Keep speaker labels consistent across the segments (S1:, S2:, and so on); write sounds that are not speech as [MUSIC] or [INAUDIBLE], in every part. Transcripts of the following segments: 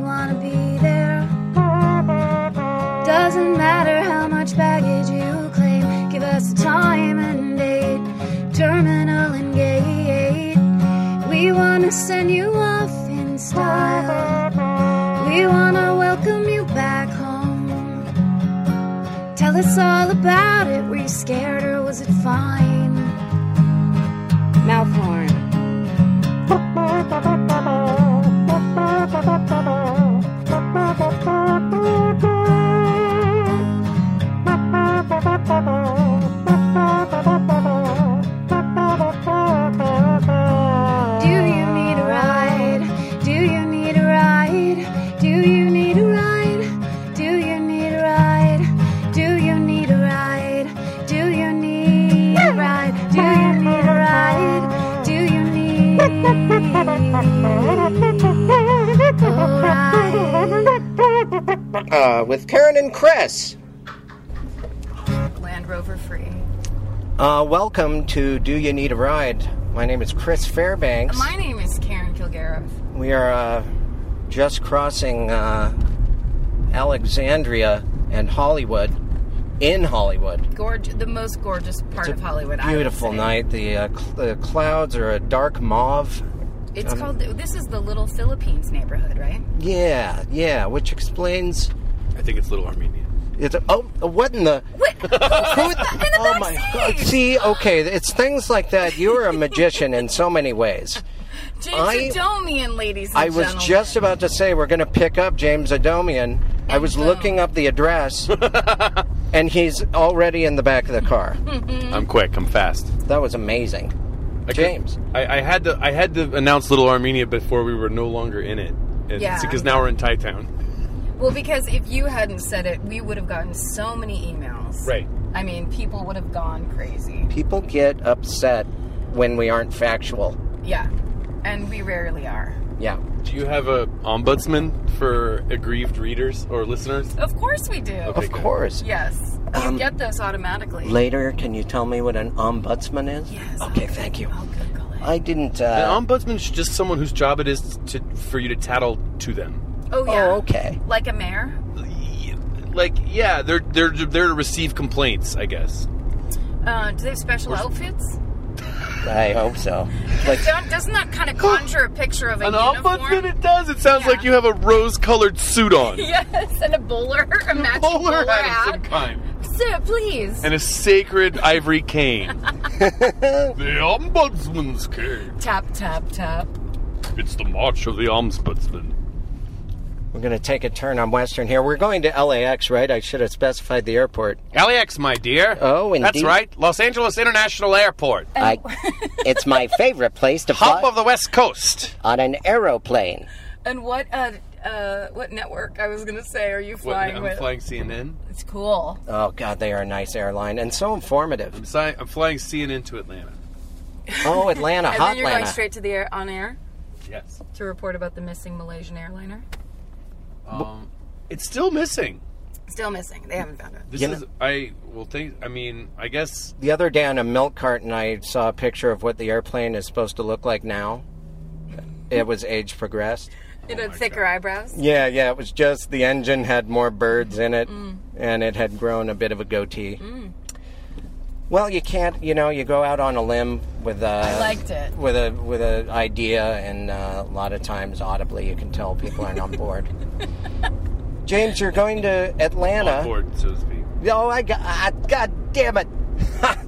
S1: want to be there. Doesn't matter how much baggage you claim, give us a time and date, terminal and gate. We want to send you off in style. We want to welcome you back home. Tell us all about it. Were you scared or was it fine? Mouth horn. Do you need a ride? Do you need a ride? Do you need a ride? Do you need a ride? Do you need a ride? Do you need a ride? Do you need a ride? Do you need a ride?
S2: uh, with Karen and Chris.
S3: Land Rover free.
S2: Uh, welcome to Do You Need a Ride? My name is Chris Fairbanks.
S3: My name is Karen Kilgariff.
S2: We are uh, just crossing uh, Alexandria and Hollywood in Hollywood.
S3: Gorge, the most gorgeous part of Hollywood. I would
S2: Beautiful
S3: say.
S2: night. The, uh, cl- the clouds are a dark mauve.
S3: It's
S2: Um,
S3: called. This is the Little Philippines neighborhood, right?
S2: Yeah, yeah, which explains.
S4: I think it's Little Armenia.
S2: It's, oh, what in the? [LAUGHS]
S3: What?
S2: Who- oh my god! See, okay, it's things like that. You're a magician in so many ways. I-
S3: James Adomian, ladies and
S2: I was
S3: gentlemen.
S2: just about to say we're going to pick up James Adomian. I was looking up
S3: [LAUGHS]
S2: the address, and he's already in the back of the car.
S3: Mm.
S4: I'm quick. I'm fast.
S2: That was amazing.
S4: I could-
S2: James.
S4: I, I had to. I had to announce Little Armenia before we were no longer in it.
S3: Yeah.
S4: Because now we're in Thai Town.
S3: Well, because if you hadn't said it, we would have gotten so many emails.
S4: Right.
S3: I mean, people would have gone crazy.
S2: People get upset when we aren't factual.
S3: Yeah. And we rarely are.
S2: Yeah.
S4: Do you have a ombudsman for aggrieved readers or listeners?
S3: Of course we do.
S2: Of course.
S3: Yes. You
S2: Um,
S3: get those automatically.
S2: Later, can you tell me what an ombudsman is?
S3: Yes.
S2: Okay, thank you.
S3: I'll Google it.
S2: I didn't.
S4: An
S2: Uh,
S4: ombudsman is just someone whose job it is to for you to tattle to them.
S3: Oh yeah.
S2: oh, okay.
S3: Like a mayor.
S4: Like, yeah, they're they're they're to receive complaints, I guess.
S3: Uh, do they have special outfits?
S2: I hope so. Like,
S3: Don't, doesn't that kind of conjure a picture of a
S4: An
S3: uniform?
S4: ombudsman, it does. It sounds
S3: Yeah.
S4: like you have a rose-colored suit on.
S3: [LAUGHS] Yes, and a bowler, a magic bowler,
S4: Polar hat
S3: hat.
S4: of some kind.
S3: Sir, please.
S4: and a sacred ivory cane.
S2: [LAUGHS]
S4: the ombudsman's cane.
S3: tap, tap, tap.
S4: It's the march of the ombudsman.
S2: we're going to take a turn on Western here. We're going to LAX, right? I should have specified the airport.
S4: LAX, my dear.
S2: Oh, indeed.
S4: That's right. Los Angeles International Airport.
S3: [LAUGHS]
S2: I, it's my favorite place to
S4: Top
S2: fly
S4: of the West Coast.
S2: on an aeroplane.
S3: And what uh, uh, what network I was gonna say are you flying
S4: I'm
S3: with?
S4: flying CNN.
S3: It's cool.
S2: Oh God, they are a nice airline and so informative.
S4: I'm, si- I'm flying CNN to Atlanta.
S2: Oh,
S3: [LAUGHS]
S2: Atlanta,
S3: and
S2: hot
S3: then you're
S2: Atlanta.
S3: going straight to the air on air
S4: Yes.
S3: to report about the missing Malaysian airliner.
S4: Um, it's still missing.
S3: Still missing. They haven't found it.
S4: This
S2: You know-
S4: is. I will think. I mean, I guess.
S2: the other day on a milk carton, I saw a picture of what the airplane is supposed to look like now. It was age progressed.
S3: It had thicker eyebrows.
S2: Yeah, yeah, it was just the engine had more birds in it,
S3: Mm.
S2: and it had grown a bit of a goatee. Well, you can't, you know, you go out on a limb with uh, a
S3: liked it.
S2: with a with a idea, and uh, a lot of times audibly you can tell people aren't on board. James, you're going to Atlanta.
S4: On board, so to speak.
S2: [LAUGHS] Oh, I got, I, God damn it! [LAUGHS]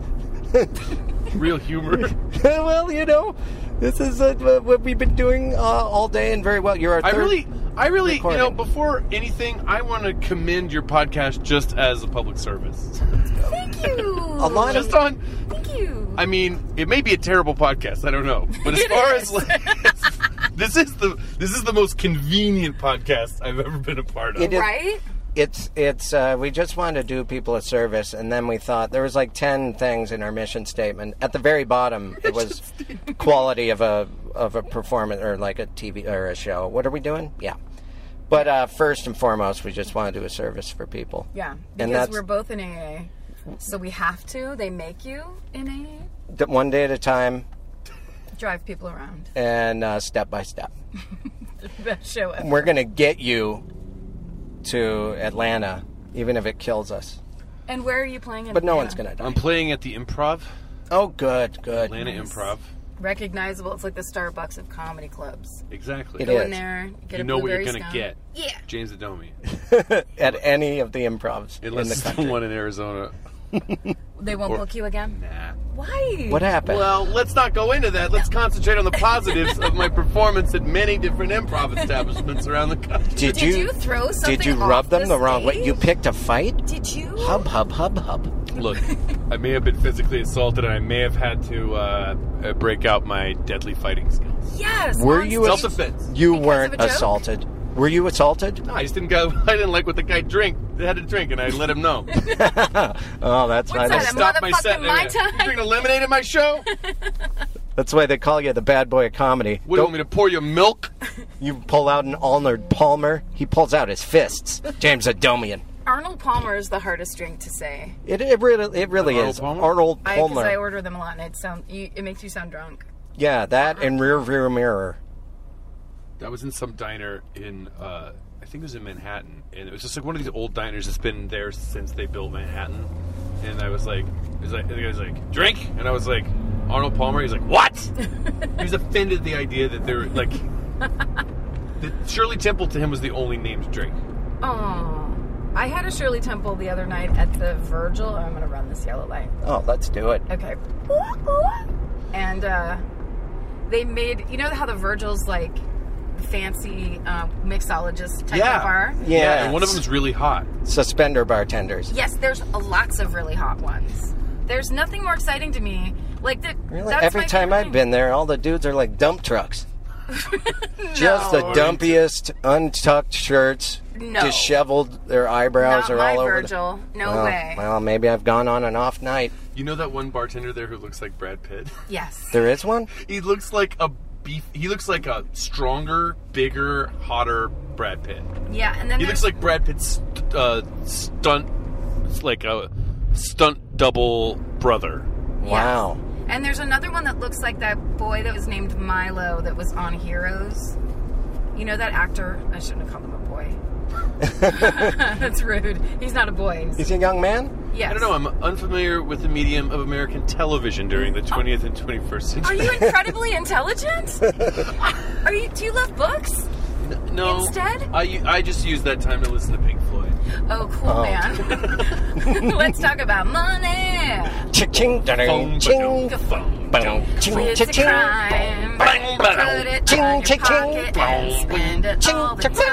S4: Real humor.
S2: well, you know, this is uh, what we've been doing uh, all day and very well. You're our
S4: I
S2: third,
S4: really, I really,
S2: recording.
S4: you know, before anything, I want to commend your podcast just as a public service.
S3: Thank you.
S2: A lot of
S4: Just on,
S3: Thank you.
S4: I mean, it may be a terrible podcast. I don't know, but as
S3: It
S4: far
S3: is.
S4: as like, [LAUGHS] this is the this is the most convenient podcast I've ever been a part of.
S2: It is-
S3: right?
S2: it's it's uh, we just wanted to do people a service and then we thought there was like 10 things in our mission statement at the very bottom it was quality of a of a performance or like a tv or a show what are we doing yeah but uh, first and foremost we just want to do a service for people
S3: Yeah.
S2: and
S3: Because
S2: that's
S3: we're both in AA. So we have to. They make you in AA.
S2: d- one day at a time
S3: Drive people around.
S2: and uh, step by step
S3: Best show ever.
S2: we're gonna get you to atlanta even if it kills us
S3: And where are you playing in
S2: but no
S3: Atlanta?
S2: one's gonna die
S4: I'm playing at the Improv,
S2: oh good good
S4: Atlanta Improv.
S3: Recognizable. It's like the Starbucks of comedy clubs.
S4: Exactly.
S2: It
S3: Go
S2: is.
S3: in there, get
S4: You
S3: a
S4: know what you're
S3: blueberry
S4: gonna
S3: scone.
S4: get.
S3: Yeah.
S4: James Adomi,
S2: at any of the improvs in
S4: unless
S2: the
S4: it's the
S2: country
S4: one in Arizona.
S3: They won't book you again?
S4: Nah.
S3: Why?
S2: what happened
S4: Well, let's not go into that. Let's concentrate on the positives of my performance at many different improv establishments around the country.
S2: Did,
S3: Did you, throw something
S2: Did you
S3: off
S2: rub them
S3: the
S2: the, wrong way?
S3: stage?
S2: You picked a fight?
S3: Did you?
S2: Hub, hub, hub, hub.
S4: Look, I may have been physically assaulted, and I may have had to uh, uh, break out my deadly fighting skills.
S3: Yes.
S2: Were
S3: on
S2: you a-
S4: Self
S3: stage.
S4: defense.
S2: You
S3: Because of
S2: weren't
S3: a joke?
S2: assaulted. Were you assaulted?
S4: No, I just didn't go. [LAUGHS] I didn't like what the guy drink. Had to drink, and I let him know.
S2: Oh, that's why
S3: What's
S2: they,
S3: that?
S4: Stop my set.
S3: Motherfucking my time.
S4: You drinking lemonade at my show?
S2: that's why they call you the bad boy of comedy.
S4: What do you want me to pour you milk?
S2: you pull out an Arnold Palmer? He pulls out his fists. [LAUGHS] James Adomian.
S3: Arnold Palmer is the hardest drink to say.
S2: It, it really, it really
S4: Arnold
S2: is.
S4: Palmer?
S2: Arnold
S3: I because
S2: Palmer.
S3: I order them a lot, and it sound you, it makes you sound drunk.
S2: yeah, that and rear view mirror.
S4: I was in some diner in, uh, I think it was in Manhattan, and it was just like one of these old diners that's been there since they built Manhattan. And I was like, it was like the guy was like, drink, and I was like, Arnold Palmer. He's like, what? he was offended at the idea that they're like, [LAUGHS] that Shirley Temple to him was the only named drink.
S3: Oh, I had a Shirley Temple the other night at the Virgil. Oh, I'm gonna run this yellow light.
S2: Oh, let's do it.
S3: Okay. And uh, they made you know how the Virgil's like fancy uh, mixologist type
S4: Yeah.
S3: of bar.
S2: Yeah.
S4: and one of them's really hot.
S2: Suspender bartenders.
S3: Yes, there's a- lots of really hot ones. There's nothing more exciting to me. Like that.
S2: Really?
S3: that's
S2: Every
S3: my
S2: time
S3: favorite
S2: I've
S3: thing.
S2: been there, all the dudes are like
S3: [LAUGHS]
S2: dump trucks. Just the dumpiest, untucked shirts,
S3: No.
S2: disheveled. Their eyebrows
S3: Not
S2: are
S3: my
S2: all over. the-
S3: Virgil. No
S2: well,
S3: way.
S2: well, maybe I've gone on an off night.
S4: You know that one bartender there who looks like Brad Pitt? [LAUGHS]
S3: Yes.
S2: There is one.
S4: he looks like a beef. He looks like a stronger, bigger, hotter Brad Pitt.
S3: Yeah, and then
S4: He
S3: there's
S4: looks like Brad Pitt's uh, stunt, it's like a stunt double brother.
S2: Wow.
S3: And there's another one that looks like that boy that was named Milo that was on Heroes. You know that actor? I shouldn't have called him a
S2: [LAUGHS]
S3: boy. That's rude. He's not a boy. He's,
S2: He's a young man.
S3: yes.
S4: I don't know. I'm unfamiliar with the medium of American television during the 20th and
S3: Oh.
S4: 21st
S3: Are
S4: century.
S3: you incredibly
S2: [LAUGHS]
S3: intelligent? Are you? Do you love books?
S4: no,
S3: instead?
S4: I u- I just use that time to listen to Pink Floyd.
S3: Oh, cool, man. [LAUGHS] Let's talk about money.
S2: Ching,
S4: Boom,
S2: ching, ching,
S4: ba-dum,
S2: boom, ching,
S3: It's a
S2: ching.
S3: crime.
S4: Bang, bang.
S3: Put it
S2: Ching,
S3: in your
S2: ching, ching.
S3: pocket and spend it
S2: Ching,
S3: all the
S2: ching,
S3: time.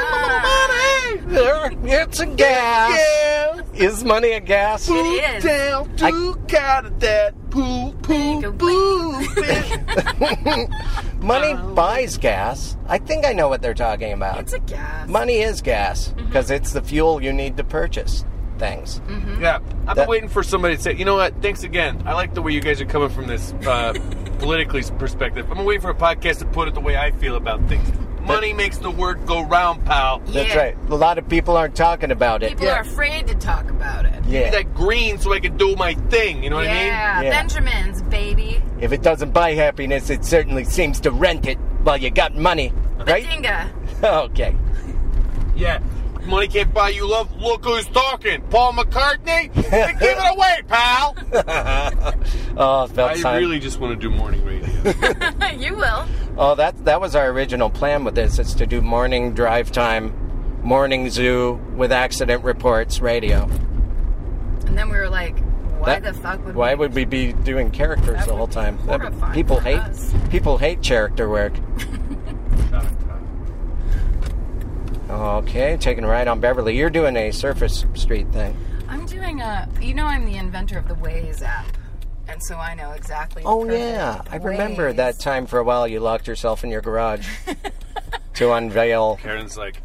S2: It's a gas.
S4: Yeah,
S2: Is money a gas?
S3: It is.
S4: down to got of that poo poo
S3: Take a [LAUGHS]
S4: poo.
S3: Mm-hmm.
S2: Money buys gas. I think I know what they're talking about.
S3: It's a gas.
S2: Money is gas
S3: Mm-hmm.
S2: because it's the fuel you need to purchase things.
S4: Yeah,
S2: That-
S4: I've been waiting for somebody to say, you know what? Thanks again. I like the way you guys are coming from this
S3: [LAUGHS]
S4: uh, politically perspective. I'm waiting for a podcast to put it the way I feel about things. Money makes the word go round, pal.
S2: That's
S3: Yeah.
S2: right. A lot of people aren't talking about it.
S3: People are afraid to talk about it.
S4: Give me
S2: yeah.
S4: that green so I can do my thing. You know what
S3: Yeah,
S2: Yeah.
S3: Benjamin's baby.
S2: If it doesn't buy happiness, it certainly seems to rent it while you got money, right?
S3: Dinga.
S2: [LAUGHS] okay.
S4: I mean? Yeah. Money can't buy you love. Look who's talking. Paul McCartney?
S2: [LAUGHS]
S4: Then give it away, pal.
S2: Oh, it felt
S4: I
S2: time.
S4: really just want to do morning
S2: [LAUGHS]
S4: radio.
S3: [LAUGHS] you will.
S2: Oh, that that was our original plan with this: is to do morning drive time, morning zoo with accident reports radio.
S3: And then we were like, why
S2: That-
S3: the fuck would
S2: why
S3: we?
S2: would we be doing characters
S3: That
S2: the
S3: would
S2: whole
S3: be
S2: time? That-
S3: horrifying
S2: people
S3: for
S2: hate
S3: us.
S2: people hate character work. Okay, taking a ride on Beverly. You're doing a surface street thing.
S3: I'm doing a. You know, I'm the inventor of the Waze app, and so I know exactly. the
S2: Oh
S3: perfect
S2: yeah, I remember
S3: Waze.
S2: that time for a while you locked yourself in
S3: [LAUGHS]
S2: your garage to unveil.
S4: Karen's like,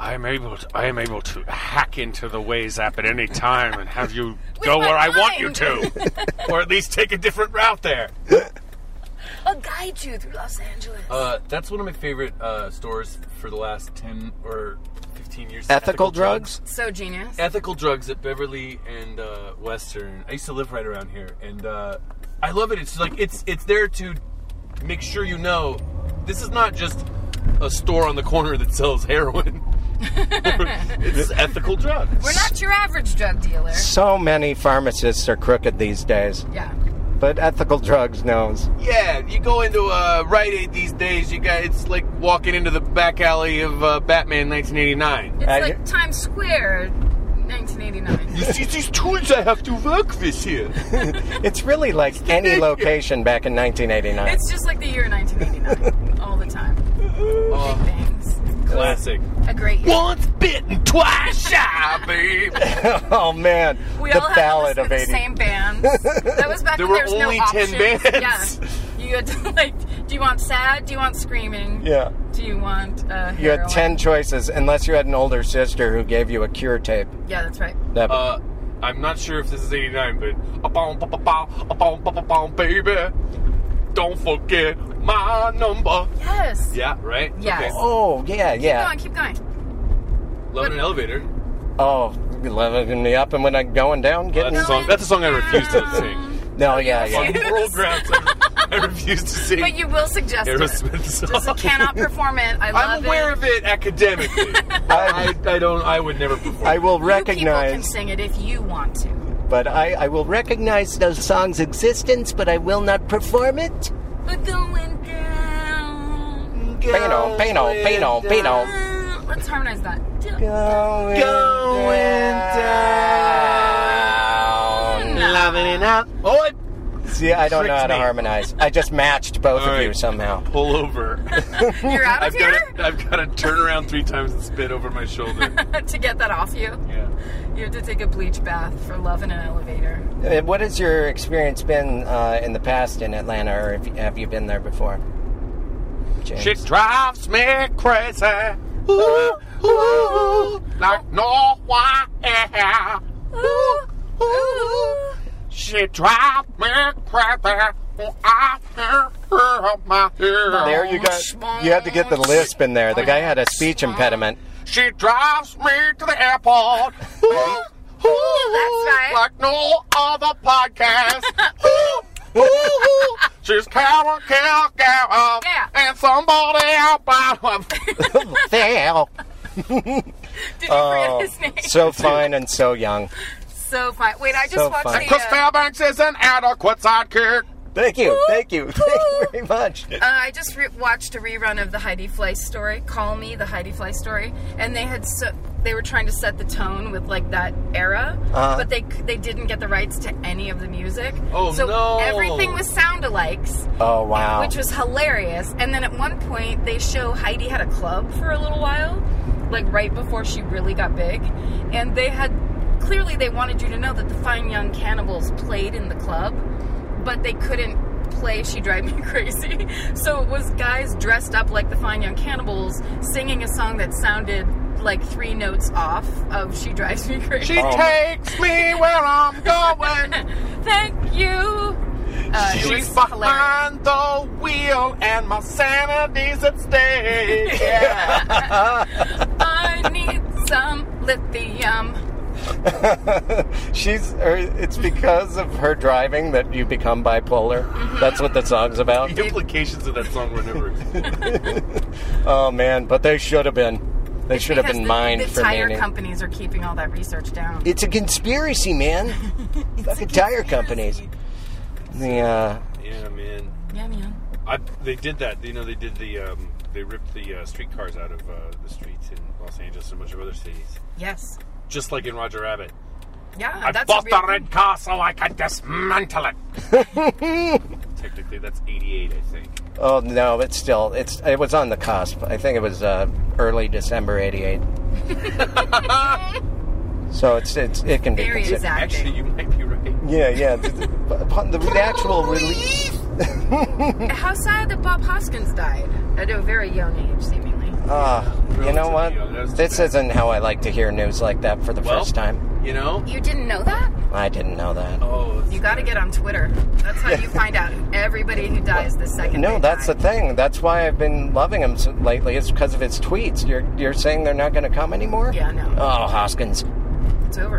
S4: I am able to, I am able to hack into the Waze app at any time and have
S2: [LAUGHS]
S4: you go
S3: my
S4: where I want you
S3: mind."
S4: to, or at least take a different route there.
S3: I'll guide you through Los Angeles.
S4: Uh, that's one of my favorite uh, stores for the last ten or fifteen years.
S2: Ethical drugs?
S3: so genius.
S4: ethical drugs at Beverly and uh, Western. I used to live right around here, and uh, I love it. It's like it's it's there to make sure you know this is not just a store on the corner that sells heroin. it's ethical drugs.
S3: We're not your average drug dealer.
S2: So many pharmacists are crooked these days,
S3: Yeah.
S2: but ethical drugs knows.
S4: Yeah, you go into uh, Rite Aid these days. You got it's like walking into the back alley of uh, Batman 1989.
S3: It's
S2: Uh,
S3: like
S2: yeah.
S3: Times Square,
S2: [LAUGHS]
S3: 1989.
S4: You see these tools I have to work with here.
S2: It's
S3: [LAUGHS]
S2: really like any location back in 1989.
S3: it's just like the year 1989, all the time.
S4: Oh,
S3: Thanks.
S4: classic.
S3: A great year.
S4: Once bitten, twice shy, babe.
S2: [LAUGHS] oh man,
S3: we
S2: the
S3: all had
S2: ballad
S3: to
S2: of
S3: listen to
S2: 80.
S3: the same bands.
S2: [LAUGHS]
S3: That was back
S4: There
S3: when
S4: were
S3: there was
S4: only
S3: no
S4: 10
S3: options.
S4: bands.
S3: Yeah. You had to [LAUGHS] like, do you want sad? Do you want screaming?
S2: Yeah.
S3: Do you want? Uh,
S2: You had
S3: heroin?
S2: 10 choices, unless you had an older sister who gave you a cure tape.
S3: Yeah, that's right.
S2: That-
S4: Uh, I'm not sure if this is 89, but upon pa pa pa upon pa pa pa baby, don't forget my number.
S3: Yes.
S4: Yeah, right.
S3: Yes.
S4: Okay.
S2: oh, yeah,
S3: Keep
S2: yeah.
S3: going. Keep going.
S4: Love in an
S3: [LAUGHS]
S4: elevator.
S2: Oh, loving me up and when I'm going down,
S4: That's
S2: getting.
S4: a song. That's a song I refuse to sing.
S2: No, yeah,
S4: On
S2: yeah.
S4: moral grounds, I, I refuse to sing
S3: But you will suggest
S4: Aerosmith
S3: [LAUGHS] it. Just
S4: [LAUGHS] song.
S3: cannot perform it. I love
S4: I'm aware
S3: it.
S4: of
S3: [LAUGHS]
S4: it academically. I, I don't. I would never perform.
S2: I will
S3: You people can
S2: recognize,
S3: sing it if you want to.
S2: but I, I will recognize the song's existence, but I will not perform it.
S3: We're going down.
S2: Pano, pano, pano, pano.
S3: Uh, Let's harmonize that.
S2: Going, down.
S4: Loving it up. Oh, it
S2: See, I don't know how to
S4: Tricks me.
S2: harmonize. I just matched both
S4: All
S2: of you
S4: right.
S2: somehow.
S3: [LAUGHS]
S4: pull over.
S3: You're out of
S4: I've got.
S3: here
S4: To, I've got to turn around three times and spit over
S3: [LAUGHS]
S4: my shoulder.
S3: to get that off you.
S4: Yeah.
S3: You have to take a bleach bath for love in an elevator.
S2: Uh, What has your experience been uh, in the past in Atlanta, or if, have you been there before? James.
S4: She drives me crazy. Ooh, ooh, like no one else. Ooh, ooh. She drives me crazy. Oh, I hear her in my
S2: There
S4: ear.
S2: you got. You had to get the lisp in there. The guy had a
S3: [LAUGHS]
S2: speech impediment.
S4: She drives me to the airport. Ooh, ooh,
S3: right.
S4: Like no other podcast. [LAUGHS] ooh, ooh, ooh. She's Carol, Carol, Carol.
S3: Yeah.
S4: And somebody out by
S3: [LAUGHS]
S2: There.
S3: Did you [LAUGHS] forget
S2: Oh.
S3: his name?
S2: So fine and so young.
S3: So fine. Wait, I just
S2: So
S3: watched
S2: fine.
S3: the.
S4: Because
S3: Uh,
S4: Fairbanks is an adequate sidekick.
S2: Thank you. Thank you. [LAUGHS] Thank you very much.
S3: uh, I just re- watched a rerun of the Heidi Fleiss story. Call me the Heidi Fleiss story, and they had so they were trying to set the tone with like that era,
S2: Uh-huh.
S3: but they c- they didn't get the rights to any of the music.
S4: Oh,
S3: so
S4: no.
S3: everything was sound alikes.
S2: Oh wow.
S3: which was hilarious. And then at one point, they show Heidi had a club for a little while, like right before she really got big. And they had clearly they wanted you to know that the Fine Young Cannibals played in the club, but they couldn't play She Drive Me [LAUGHS] Crazy. So it was guys dressed up like the Fine Young Cannibals singing a song that sounded like three notes off of She Drives Me Crazy.
S4: She takes me where I'm going.
S3: [LAUGHS] Thank you. Uh, it
S4: She's
S3: was hilarious.
S4: behind the wheel, and my sanity's at stake.
S3: I need some lithium.
S2: [LAUGHS] She's. Or it's because of her driving that you become bipolar.
S3: Mm-hmm.
S2: That's what the song's about.
S4: The implications of that song were never. [LAUGHS]
S2: Oh man, but they should have been. They should have
S3: Because
S2: been
S3: the-
S2: mined
S3: the
S2: for
S3: tire
S2: meaning.
S3: companies are keeping all that research down.
S2: it's a conspiracy, man. Fucking tire companies. The uh,
S4: yeah, man.
S3: Yeah, man.
S4: I, they did that. You know, they did the. Um, they ripped the uh, streetcars out of uh, the streets in Los Angeles and a bunch of other cities,
S3: Yes.
S4: just like in Roger Rabbit.
S3: Yeah,
S4: I
S3: that's
S4: bought
S3: a real
S4: the red car so I could dismantle it.
S2: [LAUGHS]
S4: Technically, that's 88, I think.
S2: oh no, it's still it's it was on the cusp. I think it was uh, early December '88. so it's it's it can be
S3: Very
S2: considered.
S3: exact.
S4: Actually, you might be right.
S2: Yeah, yeah. The, the, the actual release.
S3: How sad that Bob Hoskins died at a very young age, seemingly.
S2: Ah, you know what?
S4: Relatively young, that was
S2: This
S4: bad.
S2: isn't how I like to hear news like that for the
S4: Well,
S2: first time.
S4: You know?
S3: You didn't know that?
S2: I didn't know that.
S4: Oh, it's-
S3: You got to get on Twitter. That's how
S2: [LAUGHS]
S3: you find out everybody who dies the second.
S2: No,
S3: they
S2: that's
S3: die.
S2: the thing. That's why I've been loving him so- lately. It's because of his tweets. You're you're saying they're not going to come anymore?
S3: Yeah, no.
S2: Oh, Hoskins.
S3: It's over.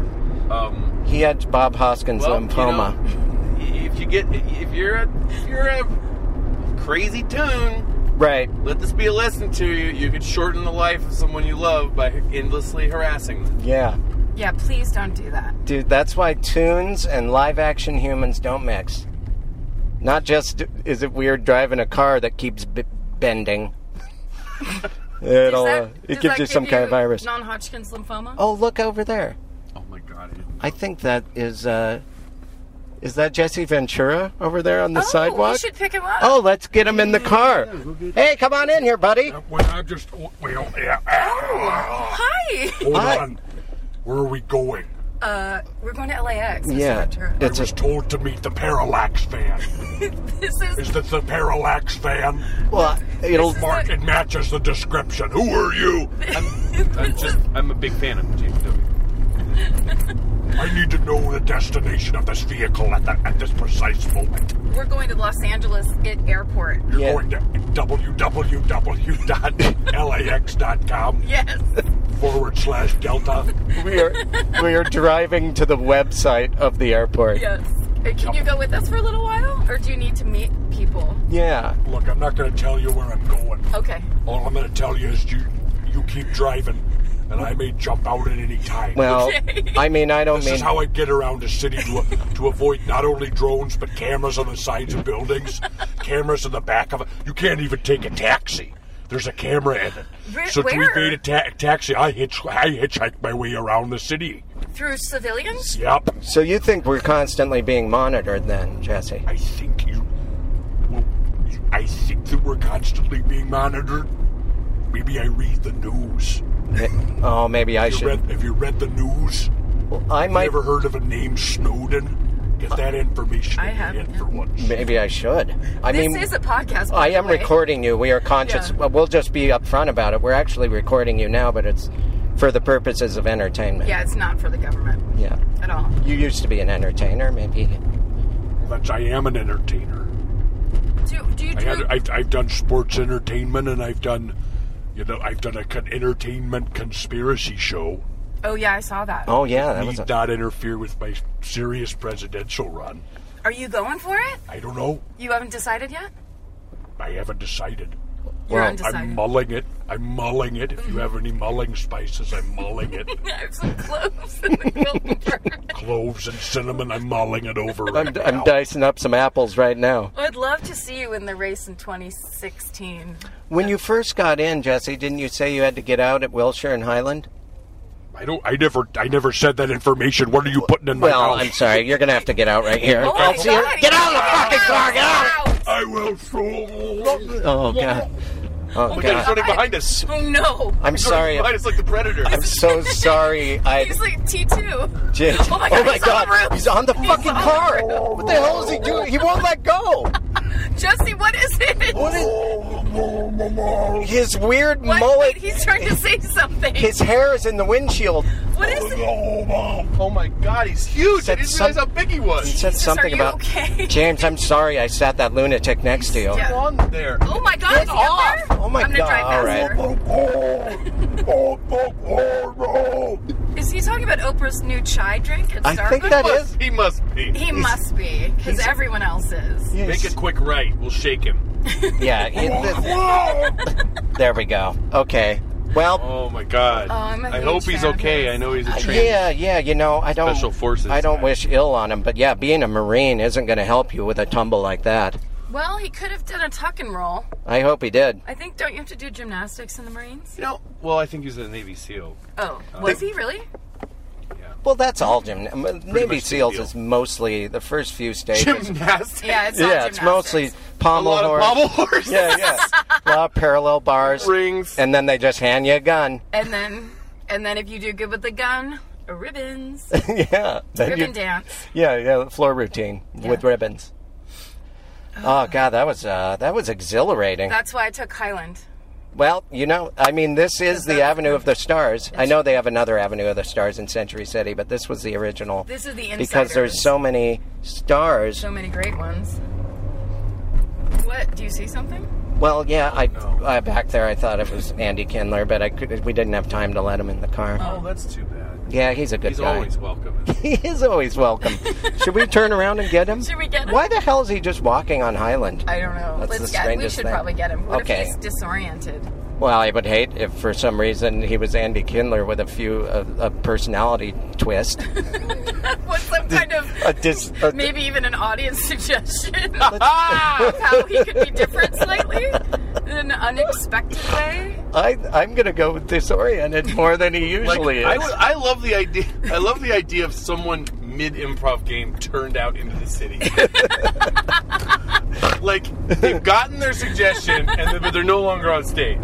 S4: um,
S2: He had Bob Hoskins
S4: well, you
S2: lymphoma.
S4: know, [LAUGHS] if you get, if you're a, if you're a crazy tune,
S2: Right.
S4: let this be a lesson to you. You could shorten the life of someone you love by endlessly harassing them.
S2: Yeah.
S3: Yeah, please don't do that.
S2: Dude, that's why tunes and live action humans don't mix. Not just is it weird driving a car that keeps b- bending. It'll uh, it gives you some kind of virus.
S3: Non-Hodgkin's lymphoma.
S2: oh, look over there.
S4: Oh my god! I didn't-
S2: I think that is uh is that Jesse Ventura over there on the
S3: Oh,
S2: sidewalk?
S3: We should pick him up.
S2: Oh, let's get him in the car. Hey, come on in here, buddy.
S5: Well, I just wait. oh, Yeah. ah,
S3: hi. [LAUGHS]
S5: Hold
S2: Hi.
S5: on. Where are we going?
S3: Uh, we're going to LAX. Mr.
S2: Yeah,
S3: Ventura.
S5: I
S2: it's
S5: was
S2: just
S5: told to meet the Parallax van.
S3: this is
S5: Is this the Parallax van?
S2: well, it'll
S5: Mark, it matches the description. Who are you?
S4: I'm just, I'm a big fan of JW.
S5: I need to know the destination of this vehicle at, the, at this precise moment.
S3: we're going to Los Angeles at airport.
S5: You're
S2: Yeah.
S5: going to www.lax.com
S3: Yes.
S5: forward slash delta.
S2: we are we are driving to the website of the airport.
S3: Yes. Uh, Can you go with us for a little while, or do you need to meet people?
S2: Yeah.
S5: Look, I'm not going to tell you where I'm going.
S3: Okay.
S5: All I'm going to tell you is you you keep driving, and I may jump out at any time.
S2: Well, I mean, I don't
S5: this
S2: mean
S5: is how I get around the city to, to avoid not only drones but cameras on the sides of buildings, cameras in the back of it. You can't even take a taxi. There's a camera in it.
S3: Where-
S5: so to
S3: where?
S5: evade a ta- taxi, I hitch I hitchhike my way around the city.
S3: Through civilians?
S5: Yep.
S2: So you think we're constantly being monitored then, Jesse?
S5: I think you. Well, I think that we're constantly being monitored. Maybe I read the news.
S2: Oh, maybe I
S5: You
S2: should.
S5: read, have you read the news?
S2: I
S5: You
S2: might.
S5: ever heard of a name Snowden? Get that information
S3: I
S5: in your
S3: haven't,
S5: head
S3: no.
S5: for once.
S2: Maybe I should. I
S3: This
S2: mean,
S3: is a podcast. by
S2: I
S3: the
S2: am
S3: way.
S2: recording you. We are conscious.
S3: Yeah.
S2: Well, We'll just be upfront about it. We're actually recording you now, but it's for the purposes of entertainment.
S3: Yeah, it's not for the government
S2: Yeah.
S3: at all.
S2: You used to be an entertainer, maybe.
S5: That's I am an entertainer.
S3: Do, do you
S5: I
S3: do?
S5: had, I've, I've done sports entertainment, and I've done, you know, I've done a con- entertainment conspiracy show.
S3: oh yeah, I saw that.
S2: Oh yeah, that was
S5: Need
S2: a,
S5: not interfere with my serious presidential run.
S3: Are you going for it?
S5: I don't know.
S3: You haven't decided yet.
S5: I haven't decided.
S3: You're
S2: Well, I'm
S5: I'm
S3: undecided. [LAUGHS]
S5: mulling it. I'm mulling it.
S3: Mm-hmm.
S5: If you have any mulling spices, I'm
S3: [LAUGHS]
S5: mulling it.
S3: I have some cloves in the Gilbert.
S5: Cloves and cinnamon, I'm mulling it over.
S2: I'm,
S5: right
S2: I'm
S5: now.
S2: dicing up some apples right now.
S3: I'd love to see you in the race in 2016.
S2: When you first got in, Jesse, didn't you say you had to get out at Wilshire and Highland?
S5: I don't. I never. I never said that information. What are you putting in my
S2: Well,
S5: house?
S2: I'm sorry. You're gonna have to get out right here.
S3: Oh
S2: I'll
S3: my
S2: see you-
S3: God,
S2: Get
S3: you
S2: out of the
S3: gotta
S2: fucking
S3: get
S2: car! Get out!
S3: out!
S5: I will show.
S2: Oh god. Oh
S4: Look at him
S2: god.
S4: running behind us.
S3: Oh no!
S2: I'm sorry.
S4: Behind
S2: I'm
S4: us like the predator.
S2: so [LAUGHS] sorry. I.
S3: He's like T2.
S2: Jake.
S3: Oh my god! he's on the roof.
S2: he's on the fucking
S3: on the
S2: car. what the hell is he doing? He won't let go.
S3: Jesse, what is it?
S2: What is his weird
S3: What?
S2: mullet?
S3: Wait, he's trying to say something.
S2: his hair is in the windshield.
S3: what is it?
S4: Oh my god, he's huge! I
S2: Said
S4: didn't
S2: some-
S4: realize how big he
S2: He
S4: was.
S2: said
S3: Jesus,
S2: something
S3: are you
S2: about
S3: okay?
S2: [LAUGHS] James. I'm sorry. I sat that lunatic next to you.
S3: Yeah.
S4: What's on there?
S3: Oh my god! Get
S2: off. Oh my
S3: I'm gonna
S2: God,
S3: Drive
S2: all right.
S3: faster. Is he talking about Oprah's new chai drink at
S2: I
S3: Starbucks?
S2: think that is.
S4: Must- he must be.
S3: he must be, because
S2: he's-
S3: everyone else is.
S4: Make a quick right. We'll shake him.
S2: Yeah. [LAUGHS] it- there we go. Okay. Well.
S4: Oh my god.
S3: Oh, I'm a
S4: I
S3: huge
S4: hope he's
S3: fan of
S4: okay.
S3: his.
S4: I know he's a trans.
S2: Yeah, yeah, you know, I don't
S4: Special forces
S2: I don't
S4: guy.
S2: wish ill on him, but yeah, being a marine isn't going to help you with a tumble like that.
S3: Well, he could have done a tuck and roll.
S2: I hope he did.
S3: I think don't you have to do gymnastics in the Marines?
S4: You know, well, I think he's a Navy SEAL.
S3: Oh, was he really?
S4: Yeah.
S2: Well, that's all gymnastics. Navy
S4: much the
S2: SEALs
S4: deal.
S2: is mostly the first few stages.
S4: Gymnastics.
S3: Yeah, it's all
S2: yeah, it's
S3: gymnastics.
S2: mostly
S4: a
S2: pommel
S4: lot of
S2: horse.
S4: bobble
S2: [LAUGHS]
S4: horse.
S2: yeah, yeah. A lot of parallel bars.
S4: Rings.
S2: And then they just hand you a gun. [LAUGHS]
S3: And then, and then if you do good with the gun, ribbons,
S2: [LAUGHS]
S3: [LAUGHS]
S2: yeah. Then
S3: ribbon
S2: you-
S3: dance.
S2: Yeah, yeah, floor routine with
S3: Yeah.
S2: ribbons. Oh god, that was uh, that was exhilarating.
S3: That's why I took Highland.
S2: well, you know, I mean, this is the Avenue of the Stars. I know they have another Avenue of the Stars in Century City, but this was the original.
S3: This is the insider.
S2: because there's so many stars.
S3: so many great ones. What? Do you see something?
S2: well, yeah, I uh, back there I thought it was Andy Kindler, but I could, we didn't have time to let him in the car.
S4: Oh, that's too bad.
S2: Yeah, he's a good
S4: He's
S2: guy. [LAUGHS]
S4: always welcome.
S2: he is always welcome. Should we turn around and get him?
S3: Should we get him?
S2: Why the hell is he just walking on Highland?
S3: I don't know.
S2: That's the
S3: Let's get. We
S2: strangest
S3: should
S2: thing.
S3: probably get him. What
S2: Okay.
S3: if he's disoriented?
S2: Well, I would hate if for some reason he was Andy Kindler with a few a, a personality twist.
S3: What some kind of
S2: A dis- [LAUGHS] a-
S3: [LAUGHS] maybe even an audience [LAUGHS]
S2: [LAUGHS]
S3: suggestion of [LAUGHS] how he could be different slightly in an unexpected way? [LAUGHS]
S2: I I'm gonna go with disoriented more than he
S4: Like,
S2: usually
S4: I,
S2: is.
S4: would- I love the idea. I love the idea of someone mid improv game turned out into
S2: [LAUGHS]
S4: the city. like they've gotten their suggestion, and then, but they're no longer on stage.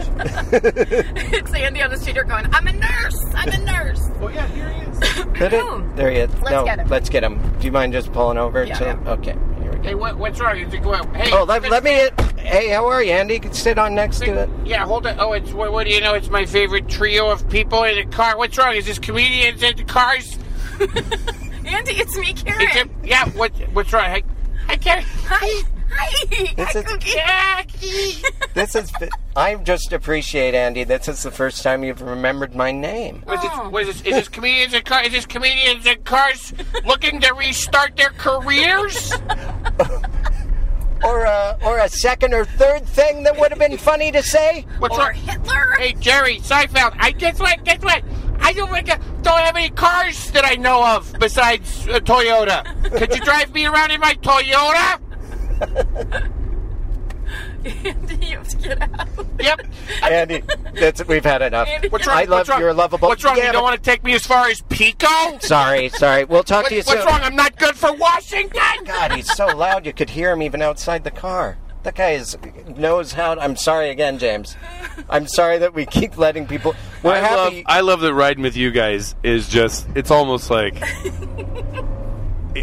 S3: It's Andy on the street or going, I'm a nurse, I'm a nurse.
S4: Oh yeah, here he [COUGHS] is.
S2: Did it?
S3: No.
S2: There he is.
S3: Let's
S2: no,
S3: get him.
S2: let's get him. Do you mind just pulling over?
S3: Yeah,
S2: to,
S3: yeah.
S2: Okay. Here we go.
S6: Hey, what, what's wrong? You think, well, hey,
S2: Oh, let, let me. Hey, how are you, Andy? You can sit on next to it.
S6: Yeah, hold on. Oh, it's what, what do you know? It's my favorite trio of people in a car. What's wrong? Is this comedians in the cars?
S3: Andy, it's me,
S6: It's a,
S3: Karen.
S6: yeah. What what's wrong? I, I can't.
S3: Hi, hi,
S2: It's
S3: hi,
S2: a-
S3: Cookie.
S6: Jackie.
S2: This is. I just appreciate Andy. This is the first time you've remembered my name.
S6: Was this, was this, is this comedians in cars? Is this comedians in cars looking to restart their careers?
S2: Or a or a second or third thing that would have been funny to
S3: [LAUGHS]
S2: say.
S6: What's
S3: Or
S6: wrong?
S3: Hitler.
S6: Hey, Jerry Seinfeld. I guess what? Guess what? I don't like, don't have any cars that I know of besides a Toyota. Could you drive me around in my Toyota?
S3: [LAUGHS] Andy, you have to get out.
S6: Yep.
S2: Andy, that's we've had enough.
S6: What's wrong?
S2: I love
S6: What's wrong?
S2: your lovable.
S6: What's wrong?
S2: Yeah,
S6: you
S2: but-
S6: don't want to take me as far as
S2: [LAUGHS]
S6: Pico? What-
S2: Sorry, sorry. We'll talk to you
S6: what's
S2: soon.
S6: wrong? I'm not good for Washington.
S2: God, he's so loud you could hear him even outside the car. That guy is knows how. I'm sorry again, James. I'm sorry that we keep letting people. We're
S4: I love,
S2: happy.
S4: I love that riding with you guys is just. It's almost [LAUGHS] like. it-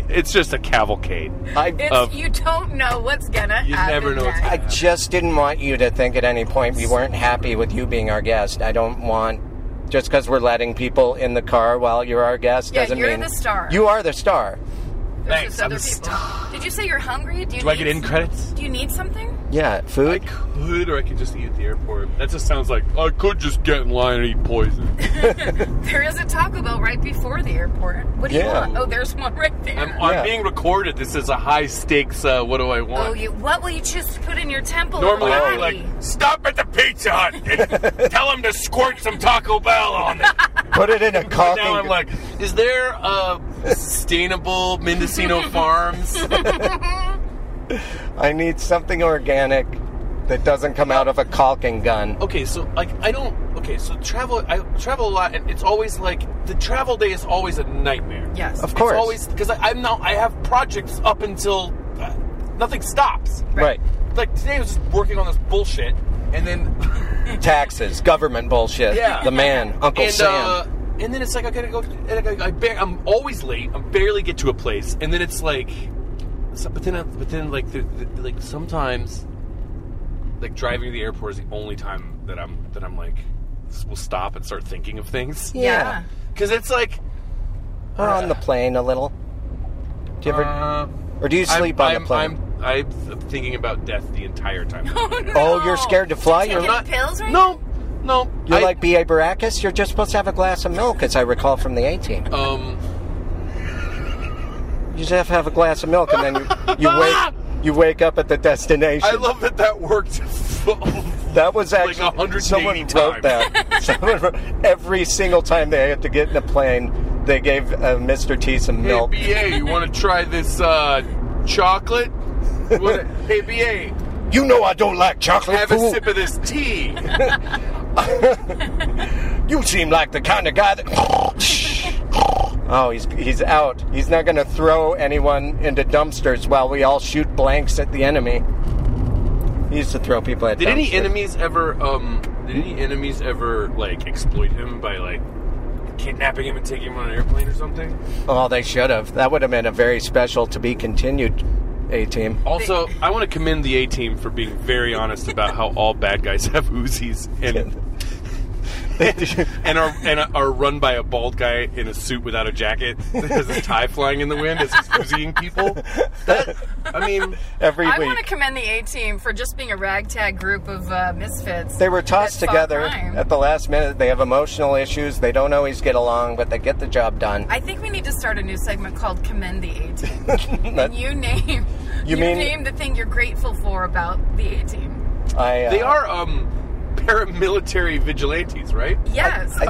S4: it's just a cavalcade.
S2: I,
S3: It's,
S4: Of-
S3: you don't know what's gonna
S4: You
S3: happen.
S4: never know what's
S3: next.
S4: gonna
S2: I just didn't want you to think at any point we weren't happy with you being our guest. I don't want just because we're letting people in the car while you're our guest
S3: Yeah,
S2: doesn't
S3: you're
S2: mean
S3: the star.
S2: You are the star.
S3: There's just
S4: Thanks, I'm
S3: other
S4: the
S3: people. Did you say you're hungry? Do you
S4: Do I
S3: need
S4: get in credits?
S3: Do you need something? [LAUGHS]
S2: Yeah,
S4: I
S2: food.
S4: could, or I could just eat at the airport. That just sounds like I could just get in line and eat poison.
S3: There is a Taco Bell right before the airport. What do
S2: Yeah.
S3: you want? Oh, there's one right there.
S4: I'm, I'm
S2: Yeah.
S4: being recorded. This is a high stakes. Uh, what do I want?
S3: oh, you. What will you choose to put in your temple?
S4: Normally,
S3: or
S4: I'd be
S3: body?
S4: like, stop at the Pizza Hut and tell them to squirt some Taco Bell on it.
S2: Put it in a
S4: But
S2: coffee.
S4: [LAUGHS] now I'm like, is there a sustainable Mendocino Farms?
S2: I need something organic that doesn't come out of a caulking gun.
S4: okay, so like I don't. Okay, so travel. I travel a lot, and it's always like the travel day is always a nightmare.
S3: yes.
S2: Of course.
S4: It's always because I'm now I have projects up until uh, nothing stops.
S2: Right.
S4: Like today I was just working on this bullshit,
S2: [LAUGHS]
S4: and then
S2: Oh, Taxes, government bullshit.
S4: Yeah.
S2: The man, Uncle
S4: and
S2: Sam.
S4: uh, and then it's like I gotta go. And I gotta, I bar- I'm always late. I barely get to a place, and then it's like, so, but then I- but then like the, the, like sometimes, like driving to the airport is the only time that I'm that I'm like s- will stop and start thinking of things [LAUGHS]
S3: [LAUGHS]
S2: yeah.
S3: Yeah.
S4: because it's like
S2: Or on the plane a little. Do you ever,
S4: uh,
S2: or do you
S4: I'm-
S2: sleep on
S4: I'm,
S2: the plane?
S4: I'm, I'm thinking about death the
S3: [LAUGHS]
S4: entire time.
S3: [LAUGHS] Oh, no.
S2: oh, you're scared to fly. You're
S3: Taking
S4: not-
S3: pills right
S4: no, no,
S2: You're
S4: I-
S2: like B.A. Baracus. You're just supposed to have a glass of milk, as I recall from the A team.
S4: um.
S2: You just have to have a glass of milk, and then you,
S4: [LAUGHS]
S2: you wake you wake up at the destination.
S4: I love that that worked. [LAUGHS]
S2: that was actually
S4: like 180
S2: someone wrote
S4: times. [LAUGHS]
S2: that. Someone wrote, every single time they had to get in a plane, they gave uh, Mr. T some milk.
S4: Hey, BA, you want to try this uh, chocolate? What,
S2: [LAUGHS]
S4: hey, BA,
S2: you know I don't like chocolate
S4: have a
S2: fool.
S4: sip of this
S2: [LAUGHS]
S4: tea. [LAUGHS]
S2: You seem like the kind of guy that. Oh, he's he's out. He's not going to throw anyone into dumpsters while we all shoot blanks at the enemy. He used to throw people at
S4: Did
S2: dumpsters.
S4: any enemies ever? Um, did any enemies ever like exploit him by like kidnapping him and taking him on an airplane or something?
S2: Oh, they should have. That would have been a very special to be continued A
S4: [LAUGHS]
S2: team.
S4: Also, I want to commend the A team for being very honest about how all bad guys have Uzis
S2: [LAUGHS]
S4: and and are and are run by a bald guy in a suit without a jacket that has a tie flying in the wind as he's Uziing people. That, I mean,
S2: Every
S3: I want to
S2: week.
S3: commend the A team for just being a ragtag group of uh, misfits.
S2: They were tossed
S3: that fought
S2: together
S3: crime.
S2: at the last minute. They have emotional issues. They don't always get along, but they get the job done.
S3: I think we need to start a new segment called "Commend the A Team."
S2: [LAUGHS]
S3: and you name
S2: You mean-
S3: name the thing you're grateful for about the A Team.
S2: I, uh,
S4: they are um paramilitary vigilantes, right?
S3: Yes, but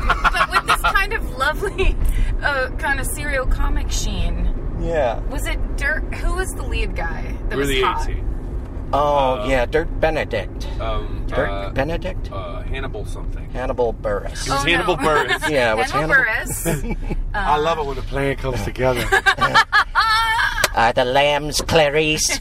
S3: with this kind of lovely, uh, kind of serial comic sheen.
S2: Yeah.
S3: Was it Dirk? Who was the lead guy that
S4: We're
S3: was
S4: the A
S3: hot?
S4: team.
S2: Oh, yeah. Dirt Benedict.
S4: Uh, Um,
S2: Dirk
S4: uh,
S2: Benedict?
S4: uh, Hannibal something.
S2: Hannibal Burris.
S3: Oh, no.
S4: Hannibal Burris.
S2: Yeah, it was
S3: Hannibal
S2: Hannibal. [LAUGHS]
S3: Buress.
S4: I love it when the plan comes together.
S2: Uh, the lambs,
S3: [LAUGHS]
S2: Clarice.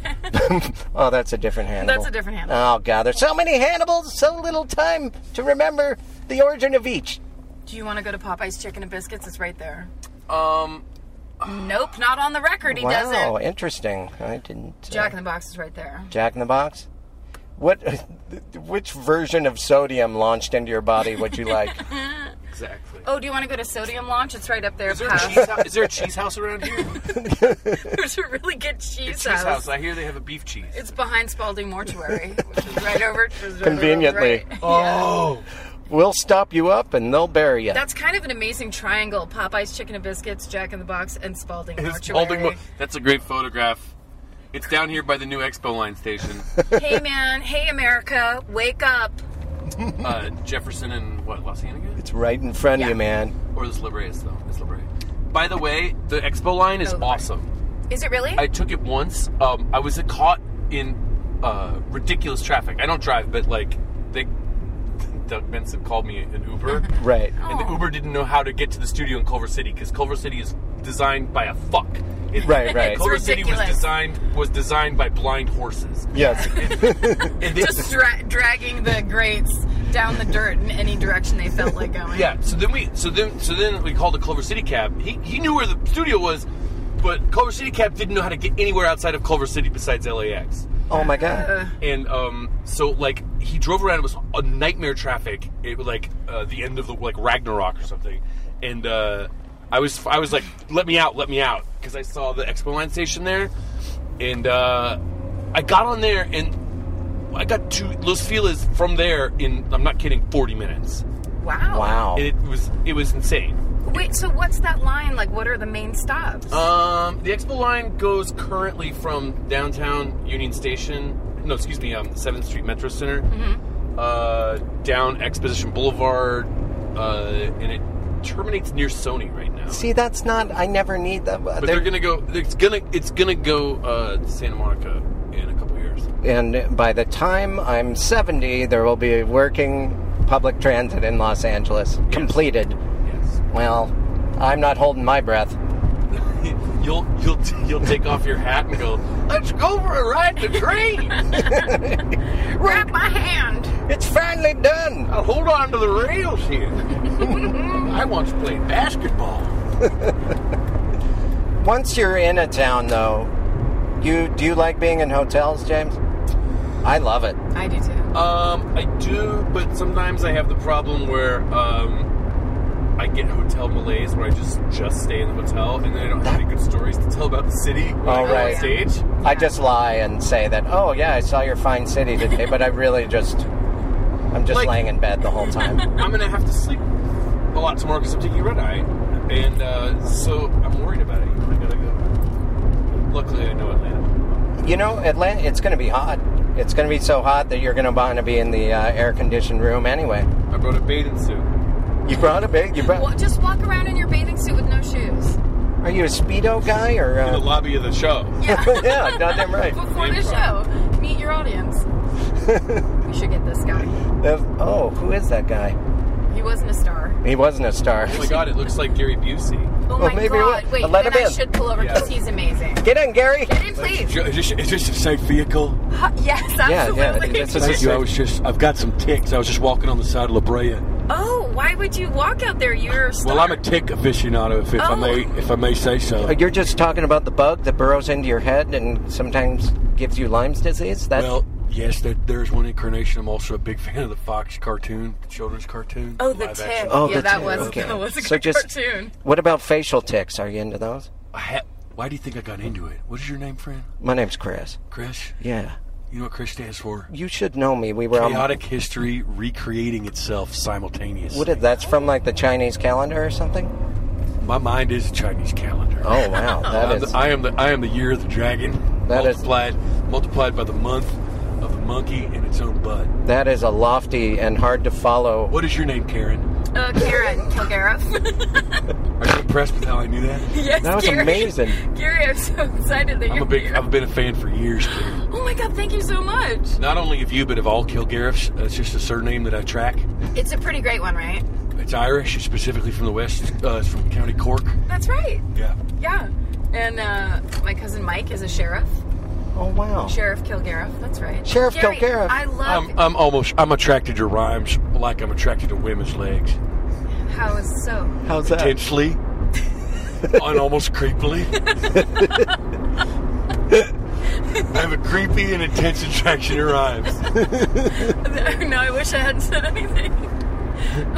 S2: [LAUGHS] oh, that's a different Hannibal.
S3: That's a different Hannibal.
S2: Oh, God. There's so many Hannibals, so little time to remember the origin of each.
S3: Do you want to go to Popeye's Chicken and Biscuits? It's right there.
S4: um,
S3: Nope, not on the record. He
S2: wow,
S3: doesn't.
S2: interesting. I didn't. uh,
S3: Jack in the Box is right there.
S2: Jack in the Box? What? [LAUGHS] Which version of sodium launched into your body would you
S3: [LAUGHS]
S2: like?
S4: [LAUGHS] exactly.
S3: Oh, do you want to go to Sodium Launch? It's right up there.
S4: Is there, a
S3: past-
S4: cheese house, is there a cheese house around here?
S3: [LAUGHS] There's a really good cheese,
S4: cheese house.
S3: house.
S4: I hear they have a beef cheese.
S3: It's behind Spalding Mortuary, which is right over. which is right
S2: Conveniently.
S3: over- right.
S4: oh,
S2: we'll stop you up and they'll bury you.
S3: That's kind of an amazing triangle: Popeyes Chicken and Biscuits, Jack in the Box, and Spalding
S4: it's
S3: Mortuary.
S4: holding. mo- [LAUGHS] That's a great photograph. It's down here by the new Expo line [LAUGHS] station.
S3: hey man, hey America, wake up!
S4: Uh, Jefferson and what Los Angeles,
S2: it's right in front of you,
S3: Yeah.
S2: man.
S4: or is Libreas though? It's Libreas. By the way, the Expo line is
S3: Oh, Libreas.
S4: awesome.
S3: Is it really?
S4: I took it once. Um, I was caught in uh, ridiculous traffic. I don't drive, but like they, [LAUGHS] Doug Benson called me an
S3: [LAUGHS]
S4: Uber,
S3: Oh.
S2: Right.
S4: and the Uber didn't know how to get to the studio in Culver City because Culver City is designed by a fuck. It-
S2: Right, right.
S4: Culver City was
S3: ridiculous.
S4: designed was designed by blind horses.
S3: [LAUGHS]
S2: Yes.
S4: And they-
S3: [LAUGHS] Just dra- dragging the grates down the dirt in any direction they felt like going.
S4: Yeah. So then we so then so then we called the Culver City cab. He he knew where the studio was, but Culver City cab didn't know how to get anywhere outside of Culver City besides LAX.
S2: Oh my
S3: Uh.
S2: god.
S4: and um, so like he drove around. It was a nightmare traffic. It was like uh, the end of the like Ragnarok or something. And uh, I was I was like, let me out, let me out, because I saw the Expo Line station there, and uh, I got on there and. I got to Los Feliz from there in I'm not kidding 40 minutes.
S3: Wow.
S2: Wow.
S4: And it was it was insane.
S3: Wait. So what's that line like? What are the main stops?
S4: Um, the Expo line goes currently from downtown Union Station, no, excuse me, um, 7th Street Metro Center, uh, down Exposition Boulevard, uh, and it terminates near Sony right now.
S2: See, that's not. I never need that.
S4: but they're, gonna go. It's gonna. It's gonna go uh, to Santa Monica in a couple years.
S2: and by the time I'm 70, there will be working public transit in Los Angeles completed.
S4: Yes.
S2: Well, I'm not holding my breath.
S4: [LAUGHS] you'll you'll you'll take off your hat and go. Let's go for a ride in the train. [LAUGHS]
S3: Grab my hand.
S2: It's finally done.
S4: Now hold on to the rails [LAUGHS] here. I once played basketball.
S2: Once you're in a town, though, you do you like being in hotels, James? I love it.
S3: I do too.
S4: Um, I do, but sometimes I have the problem where um, I get hotel malaise where I just just stay in the hotel and then I don't have any good stories to tell about the city when I
S2: Oh,
S4: go
S2: right.
S4: on stage.
S2: I just lie and say that, oh yeah, I saw your fine city today, but I really just, I'm just
S4: Like-
S2: laying in bed the whole
S4: [LAUGHS]
S2: time.
S4: I'm gonna have to sleep a lot tomorrow because I'm taking red eye, and uh, so I'm worried about it. I gotta go. Luckily, I know Atlanta.
S2: you know, Atlanta, it's going to be hot. It's going to be so hot that you're going to want to be in the uh, air conditioned room anyway.
S4: I brought a bathing suit.
S2: You brought a big, you
S3: Well,
S2: brought,
S3: just walk around in your bathing suit with no shoes.
S2: are you a Speedo guy or?
S4: In the
S3: [LAUGHS]
S2: Uh,
S4: lobby of the show. Oh
S2: [LAUGHS] yeah, goddamn right.
S3: Before the
S4: Improv.
S3: show, meet
S2: [LAUGHS]
S3: your audience. we should get this guy.
S2: That- oh, who Uh, is that guy?
S3: I He wasn't a star.
S2: He wasn't a star. [LAUGHS]
S4: Oh my god, it looks like Gary Busey.
S3: Oh
S2: Well,
S3: my
S2: maybe
S3: god!
S2: we-
S3: Wait,
S2: let
S3: then
S2: him
S3: I
S2: in.
S3: should pull over because
S4: Yeah.
S3: he's amazing.
S2: Get in, Gary.
S3: Get in, please.
S7: Is this, is this the same vehicle?
S3: Huh, [LAUGHS] Yes,
S2: yeah,
S3: absolutely.
S2: it's a-
S7: Thank you. I was just, I've got some ticks. I was just walking on the side of La Brea.
S3: oh, why would you walk out there? You're a star.
S7: Well, I'm a tick aficionado, if, if I
S3: Oh.
S7: may, if I may say so.
S2: Uh, You're just talking about the bug that burrows into your head and sometimes gives you Lyme's disease. That
S7: Well, yes, there, there's one incarnation. I'm also a big fan of the Fox cartoon, the children's cartoon.
S3: Oh, the
S7: live
S3: tick.
S7: action.
S2: Oh,
S3: yeah,
S2: the
S3: that
S2: tick.
S3: was
S2: Okay.
S3: that was a good
S2: So just-
S3: cartoon.
S2: What about facial ticks? Are you into those?
S7: I ha- why do you think I got into it? What is your name, friend?
S2: My name's Chris.
S7: Chris?
S2: Yeah,
S7: You know what Chris stands for?
S2: you should know me. We were on.
S7: Chaotic history recreating itself simultaneously.
S2: What is that's from like the Chinese calendar or something?
S7: My mind is a Chinese calendar.
S3: [LAUGHS]
S2: Oh wow, that
S7: I'm
S2: is.
S7: the, I am the I am the year of the dragon.
S2: That is-
S7: multiplied multiplied by the month of the monkey in its own butt.
S2: That is a lofty and hard to follow.
S7: What is your name, Karen?
S3: Uh, Karen Kilgariff.
S2: [LAUGHS]
S7: Are you impressed with how I knew that?
S3: yes,
S2: That was
S3: Gary.
S2: amazing.
S3: Gary, I'm so excited that
S7: I'm
S3: you're
S7: a big
S3: here.
S7: I've been a fan for years, Karen.
S3: oh my god! Thank you so much.
S7: Not only of you, but of all Kilgariffs. That's just a surname that I track.
S3: It's a pretty great one, right?
S7: It's Irish, it's specifically from the West, uh, it's from County Cork.
S3: That's right.
S7: Yeah.
S3: Yeah. And uh, my cousin Mike is a sheriff.
S2: Oh wow.
S3: Sheriff Kilgariff. That's right.
S2: Sheriff
S3: Gary,
S2: Kilgariff.
S3: I love
S7: I'm, I'm almost, I'm attracted to rhymes like I'm attracted to women's legs.
S3: how is so. [LAUGHS]
S2: [LAUGHS] How's that?
S7: Tensely. [LAUGHS] and almost creepily. I have a creepy and intense attraction to rhymes.
S3: no, I wish I hadn't said
S2: [LAUGHS]
S3: anything.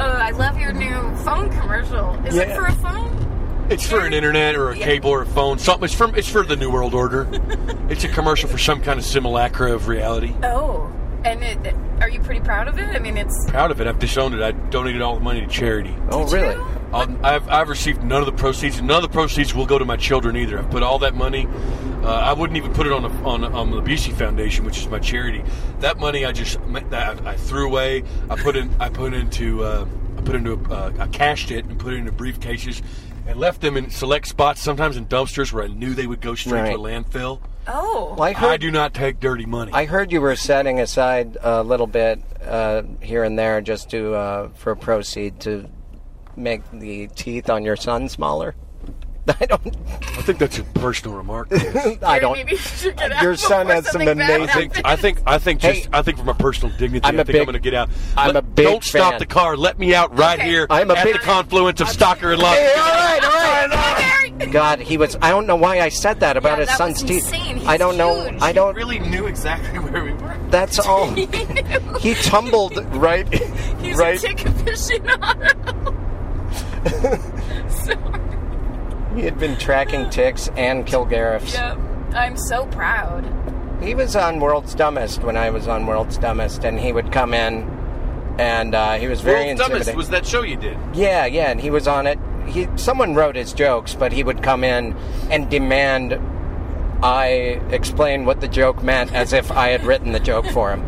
S3: Oh, I love your new phone commercial. Is it
S7: Yeah.
S3: for a phone?
S7: It's for an internet or a
S3: Yeah.
S7: cable or a phone. Something. It's for, it's for the New World Order. It's a commercial for some kind of simulacra of reality.
S3: Oh, and it, it- are you pretty proud of it? I mean, it's
S7: proud of it. I've disowned it. I donated all the money to charity.
S2: Oh really?
S7: Um, I've, I've received none of the proceeds. None of the proceeds will go to my children either. I've put all that money. Uh, I wouldn't even put it on a, on, a, on the Busey Foundation, which is my charity. That money I just ma- that I, I threw away. I put in I put into uh, I put into uh, I cashed it and put it into briefcases and left them in select spots, sometimes in dumpsters where I knew they would go straight to a landfill.
S3: oh.
S2: Well, I
S7: I
S2: heard
S7: do not take dirty money.
S2: I heard you were setting aside a little bit uh, here and there just to uh, for proceed to make the teeth on your son smaller. [LAUGHS] I don't.
S7: I think that's a personal
S2: [LAUGHS]
S7: remark.
S2: I
S3: Gary,
S2: don't.
S3: Maybe you should
S2: [LAUGHS]
S3: get out
S2: Your son
S3: before
S2: has some
S3: something bad
S7: I
S2: amazing-
S7: think
S3: happens.
S7: I think I think
S2: Hey.
S7: just I think for my personal dignity, i
S2: I'm a
S7: think
S2: big-
S7: I'm going to get out.
S2: I'm a big
S7: Don't
S2: fan.
S7: stop the car. Let me out right
S3: Okay.
S7: here.
S2: I'm a
S7: at
S2: big-
S7: the confluence of Stocker and Love.
S2: Hey, all right, all [LAUGHS] right.
S3: Gary!
S2: God, he was. I don't know why I said that about
S3: Yeah,
S2: his
S3: that
S2: son's
S3: was
S2: teeth.
S3: insane.
S2: I
S3: He's
S2: don't know.
S3: huge.
S2: I don't.
S4: Really knew exactly [LAUGHS] where we were.
S3: [LAUGHS]
S2: That's all. he tumbled right.
S3: He's
S2: right.
S3: a tick [LAUGHS] aficionado. Sorry.
S2: He had been tracking ticks and Kilgariffs.
S3: Yep. I'm so proud.
S2: He was on World's Dumbest when I was on World's Dumbest, and he would come in, and uh, he was very
S4: World's
S2: intimidating.
S4: dumbest was that show you did.
S2: Yeah, yeah, and he was on it. He someone wrote his jokes, but he would come in and demand I explain what the joke meant as if I had written the joke for
S4: [LAUGHS]
S2: him.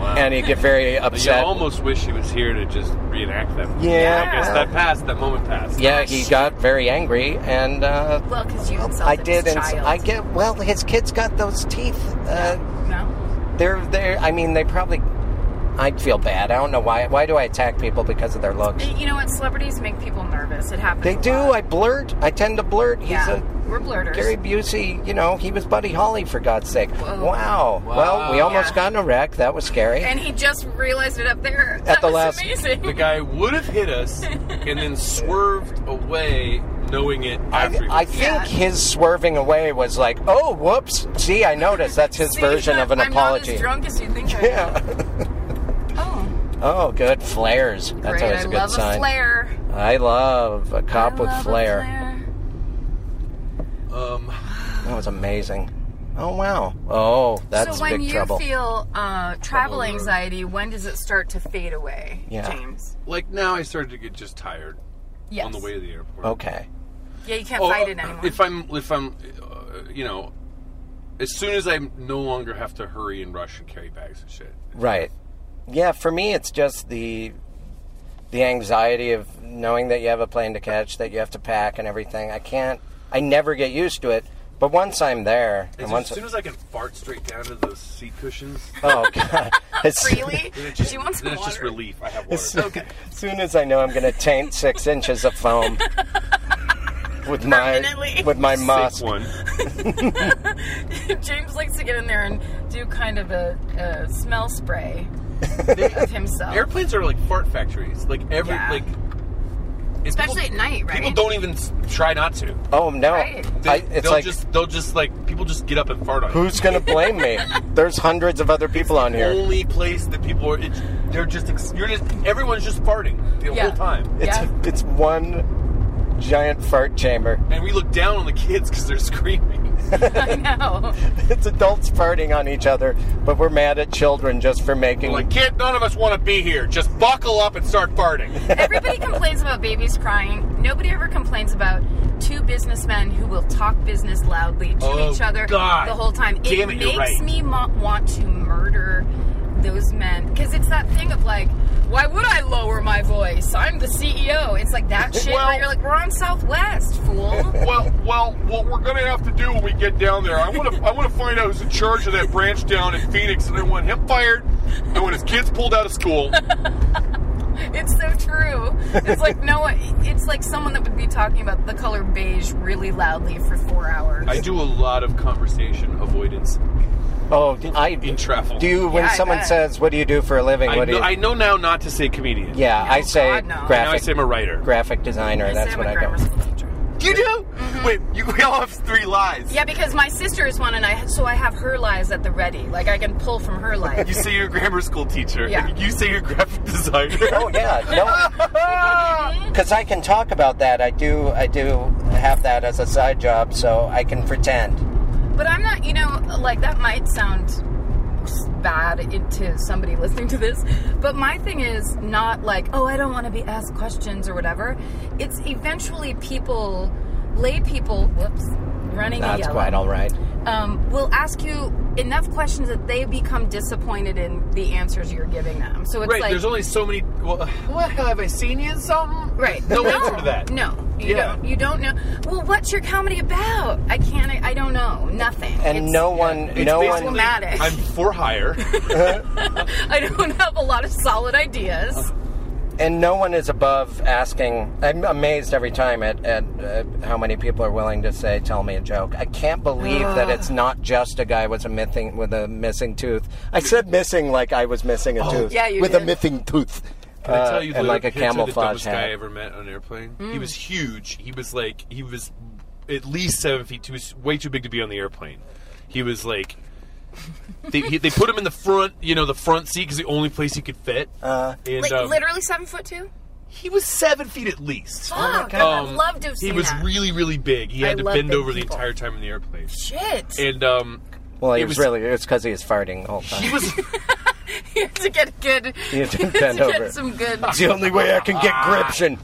S2: And he'd get very
S4: You
S2: upset.
S4: almost wish he was here to just reenact that. moment.
S2: Yeah.
S4: I guess that passed. That moment passed.
S2: yeah, he got very angry, and uh,
S3: Well, because you insulted
S2: I did.
S3: his
S2: And
S3: child.
S2: I get well. His kids got those teeth. Uh,
S3: No?
S2: they're they're. I mean, they probably. I'd feel bad. I don't know why. Why do I attack people because of their looks?
S3: You know what? Celebrities make people nervous. It happens.
S2: They
S3: a
S2: do.
S3: lot.
S2: I blurt. I tend to blurt. He's
S3: yeah.
S2: a
S3: We're blurters.
S2: Gary Busey, you know, he was Buddy Holly for God's sake.
S3: Whoa.
S2: Wow. Well, we almost
S3: Yeah.
S2: got in a wreck. That was scary.
S3: and he just realized it up there. At
S2: the
S3: was
S2: last-
S3: Amazing.
S2: [LAUGHS]
S4: The guy would have
S3: [LAUGHS]
S4: hit us and then swerved away, knowing it after.
S2: I,
S4: he
S2: I
S4: was-
S2: think
S3: Yeah.
S2: his swerving away was like, oh, whoops. See, I noticed. That's his
S3: See,
S2: version
S3: I'm-
S2: of an
S3: I'm
S2: apology.
S3: Not as drunk as you think I am.
S2: [LAUGHS] Yeah.
S3: Oh,
S2: Oh, good. Flares. That's
S3: great.
S2: always
S3: I
S2: a good
S3: love
S2: sign.
S3: a flare.
S2: I love a cop
S3: I
S2: with
S3: love a
S2: flair.
S3: flare.
S4: um,
S2: That was amazing. Oh, wow. Oh, that's
S3: so when
S2: big
S3: you
S2: trouble.
S3: feel uh, travel anxiety, when does it start to fade away,
S2: Yeah.
S3: James?
S4: like now, I started to get just tired
S3: Yes.
S4: on the way to the airport.
S2: okay.
S3: Yeah, you can't
S4: Oh,
S3: fight it
S4: uh,
S3: anymore.
S4: If I'm, if I'm, uh, you know, as soon as I no longer have to hurry and rush and carry bags and shit.
S2: Right. Yeah, for me it's just the the anxiety of knowing that you have a plane to catch, that you have to pack and everything. I can't I never get used to it, But once I'm there, and
S4: As,
S2: once
S4: soon as I can fart straight down to those seat cushions,
S2: [LAUGHS]
S4: [LAUGHS]
S2: oh god, as,
S3: [LAUGHS] Really?
S4: then it just,
S3: she wants
S4: then
S3: water.
S4: it's just relief. I have [LAUGHS]
S2: as,
S4: water.
S2: as soon as I know I'm gonna taint six inches
S3: [LAUGHS]
S2: of foam with my
S3: Permanently.
S2: with my
S4: Take
S2: musk,
S4: one.
S3: [LAUGHS] James likes to get in there and do kind of a, a smell
S2: [LAUGHS]
S3: spray of himself.
S4: Airplanes are like fart factories. Like every
S3: Yeah.
S4: like, and
S3: Especially
S4: people-
S3: at night, right?
S4: People don't even s- try not to.
S2: oh no,
S3: Right.
S4: They,
S2: I, it's
S4: will
S2: like
S4: just they'll just like people just get up and fart on. it.
S2: who's gonna blame
S3: [LAUGHS]
S2: me? There's hundreds of other people on here.
S4: only place that people are. It's, they're just. Ex- you're just. Everyone's just farting the
S3: Yeah.
S4: whole time,
S2: It's
S3: Yeah.
S2: it's one giant fart chamber.
S4: and we look down on the kids because they're screaming.
S3: [LAUGHS] I know.
S2: [LAUGHS] It's adults farting on each other, but we're mad at children just for making
S4: like, kid, none of us want to be here. Just buckle up and start farting.
S3: Everybody complains about babies crying. Nobody ever complains about two businessmen who will talk business loudly to
S4: Oh,
S3: each other
S4: God.
S3: the whole time.
S4: Damn it,
S3: makes
S4: you're right.
S3: me mo- want to murder those men because it's that thing of like, why would I lower my voice? I'm the CEO. It's like
S4: [LAUGHS]
S3: that shit.
S4: Well-
S3: where you're like, we're on Southwest, fool.
S4: [LAUGHS] well, well, what we're gonna have to do when we get down there, I want to, I want to find out who's in charge of that branch down in Phoenix, and I want him fired. I want his kids pulled out of school.
S3: It's so true. It's like no, it's like someone that would be talking about the color beige really loudly for four hours.
S4: I do a lot of conversation avoidance
S2: oh I
S4: in travel.
S2: do you when
S3: Yeah, I
S2: someone
S3: bet.
S2: says what do you do for a living?
S4: I
S2: what do
S4: know,
S2: you
S4: I know now not to say comedian.
S2: Yeah, I
S3: No,
S2: say
S3: God, no.
S2: graphic
S4: Now I say I'm a writer.
S2: graphic designer.
S3: I
S2: that's
S3: said
S2: what
S3: I'm a
S2: I
S3: grammar
S2: go.
S3: school teacher.
S4: You do? Wait, you, we all have three lies.
S3: Yeah, because my sister is one, and I so I have her lies at the ready. Like I can pull from her
S4: You
S2: [LAUGHS]
S3: lies.
S4: say you're a grammar school teacher.
S3: Yeah.
S4: and You say you're a graphic designer.
S2: Oh yeah,
S3: [LAUGHS]
S2: no, because I can talk about that. I do. I do have that as a side job, so I can pretend.
S3: but I'm not, you know, like that might sound s- bad it- to somebody listening to this. But my thing is not like, oh, I don't want to be asked questions or whatever. It's eventually people, lay people, whoops, running.
S2: That's
S3: a
S2: quite all right.
S3: um, will ask you enough questions that they become disappointed in the answers you're giving them. So it's
S4: Right,
S3: like
S4: there's only so many. Well, [LAUGHS] what have I seen you in something?
S3: right,
S4: No answer to that.
S3: No, you
S4: Yeah.
S3: don't. You don't know. Well, what's your comedy about? I can't. I, I don't know. Nothing.
S2: And
S3: It's-
S2: no one,
S4: It's
S2: no
S4: basically,
S2: one.
S3: Problematic.
S4: I'm for hire.
S3: [LAUGHS] I don't have a lot of solid
S4: Uh,
S3: ideas.
S2: and no one is above asking. I'm amazed every time at, at uh, how many people are willing to say, "Tell me a joke." I can't believe that it's not just a guy with a missing with a missing tooth. I said missing like I was missing a tooth.
S3: yeah, you
S2: with a
S3: did.
S2: missing tooth.
S4: Can I tell you,
S2: Uh, and
S4: the-
S2: like a
S4: can I tell you the
S2: camouflage
S4: dumbest guy I
S2: hat.
S4: ever met on an airplane. He was huge. He was like he was at least seven feet. He was way too big to be on the airplane. He was [LAUGHS] like. they, he, they put him in the front, you know, the front seat because the only place he could fit. Uh, and,
S3: Like
S4: um,
S3: literally seven foot two.
S4: he was seven feet at least.
S3: Oh, God, I'd
S4: Um,
S3: love to have seen
S4: He was
S3: that.
S4: really, really big. He
S3: I
S4: had to
S3: love
S4: bend
S3: big
S4: over the
S3: people.
S4: entire time in the airplane.
S3: Shit. [LAUGHS]
S4: And um,
S2: Well, he
S4: It
S2: was,
S4: was-
S2: really. It's because he was farting the whole time.
S4: he was [LAUGHS]
S3: you have to get good.
S2: You have to
S3: [LAUGHS] you
S2: bend
S3: get
S2: over.
S3: some good.
S2: [LAUGHS] It's the only way I can get gription.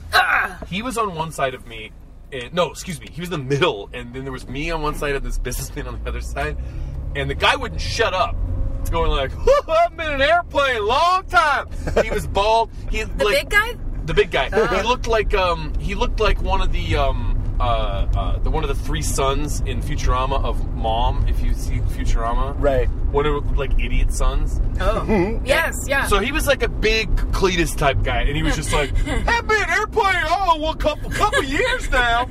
S4: he was on one side of me. And, no, excuse me. He was in the middle, and then there was me on one side and this businessman on the other side. And the guy wouldn't shut up, going like, "I've been in an airplane a long time." He was bald. He
S3: The big guy.
S4: The big guy. he looked like um he looked like one of the um uh, uh the one of the three sons in Futurama of Mom. If you see Futurama,
S2: Right.
S4: One of like idiot sons.
S3: Yes. Yeah.
S4: So he was like a big Cletus type guy, and he was just like, "I've been airplane oh well couple couple years now.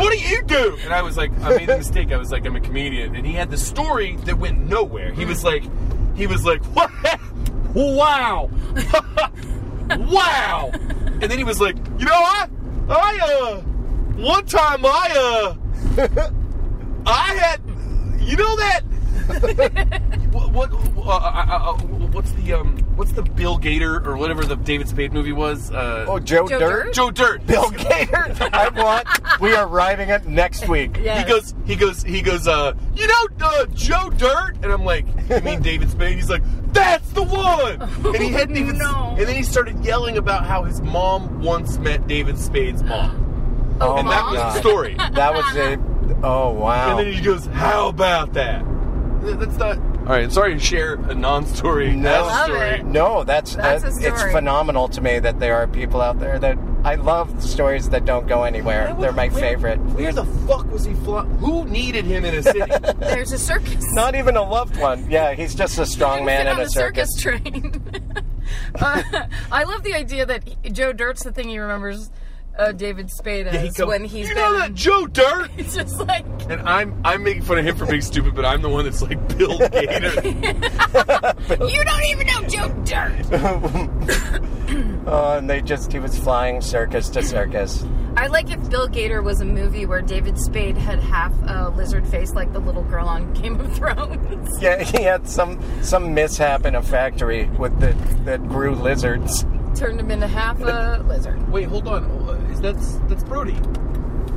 S4: what do you do?" And I was like, I made a mistake. I was like, I'm a comedian, and he had this story that went nowhere. He was like, he was like, what? [LAUGHS] wow, wow, and then he was like, you know, I, I uh, one time I uh, I had, you know that [LAUGHS] what, what uh, uh, uh, what's the um what's the Bill Gator or whatever the David Spade movie was? Uh,
S2: Oh, Joe,
S3: Joe
S2: Dirt?
S3: Dirt?
S4: Joe Dirt.
S2: Bill Gator? [LAUGHS] I want. We are riding it next week.
S3: Yes.
S4: He goes, he goes, he goes. Uh, you know, uh, Joe Dirt, and I'm like, you
S3: [LAUGHS]
S4: mean David Spade? He's like, that's the one. And he hadn't even.
S3: [LAUGHS] No.
S4: And then he started yelling about how his mom once met David Spade's mom,
S2: Oh,
S4: and that
S2: my
S4: was
S2: God.
S4: the
S7: [LAUGHS]
S4: story.
S2: That was a. Oh, wow.
S4: And then he goes, how about that? Th- That's not. All right, sorry to share a non-story.
S2: No.
S4: that's a
S3: Love
S4: story.
S3: it.
S2: no, that's,
S3: That's a
S2: it's
S3: story.
S2: phenomenal to me that there are people out there that I love stories that don't go anywhere. They're my favorite.
S4: Where the fuck was he flying? Who needed him in
S3: [LAUGHS]
S4: a city?
S3: There's a circus.
S2: Not even a loved one. Yeah, he's just a strong man
S3: sit
S2: in
S3: on
S2: a
S3: the
S2: circus.
S3: train. [LAUGHS] Uh, I love the idea that he- Joe Dirt's the thing he remembers uh, David Spade as
S4: he come-
S3: when he's
S4: you
S3: been. [LAUGHS]
S4: know that Joe Dirt.
S3: it's just like
S4: And I'm I'm making fun of him for being stupid, but I'm the one that's like Bill Gator.
S3: you don't even know Joe Dirt.
S2: Oh, and they just, he was flying circus to circus.
S3: I like if Bill Gator was a movie where David Spade had half a lizard face like the little girl on Game of Thrones.
S2: Yeah, he had some some mishap in a factory with the that grew lizards.
S3: [LAUGHS] Turned him into half a lizard.
S4: Wait, hold on. uh, Is that's that's Brody?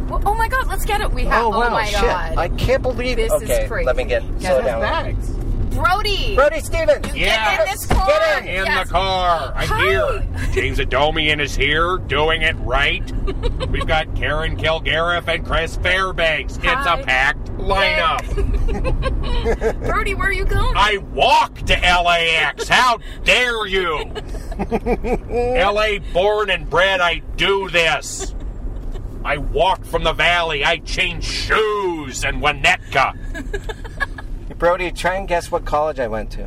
S3: Well, oh my god, let's get it. We have.
S2: oh wow,
S3: my
S2: shit!
S3: god.
S2: I can't believe
S3: This is
S2: Okay,
S3: crazy.
S2: let me get
S3: Yeah,
S2: slow
S3: that's
S2: down.
S4: Bags.
S3: Brody.
S2: Brody Stevens.
S3: Get in this car.
S2: Get in.
S6: In
S3: Yes.
S6: the car. I'm
S3: Hi.
S6: here. James Adomian is here, doing it
S3: [LAUGHS]
S6: right. We've got Karen Kilgariff and Chris Fairbanks.
S3: Hi.
S6: It's a packed lineup.
S3: Brody, where are you going?
S6: I walk to LAX. How
S3: [LAUGHS]
S6: dare you? LA born and bred, I do this. I walk from the valley. I change shoes and Winnetka.
S2: Brody, try and guess what college I went to.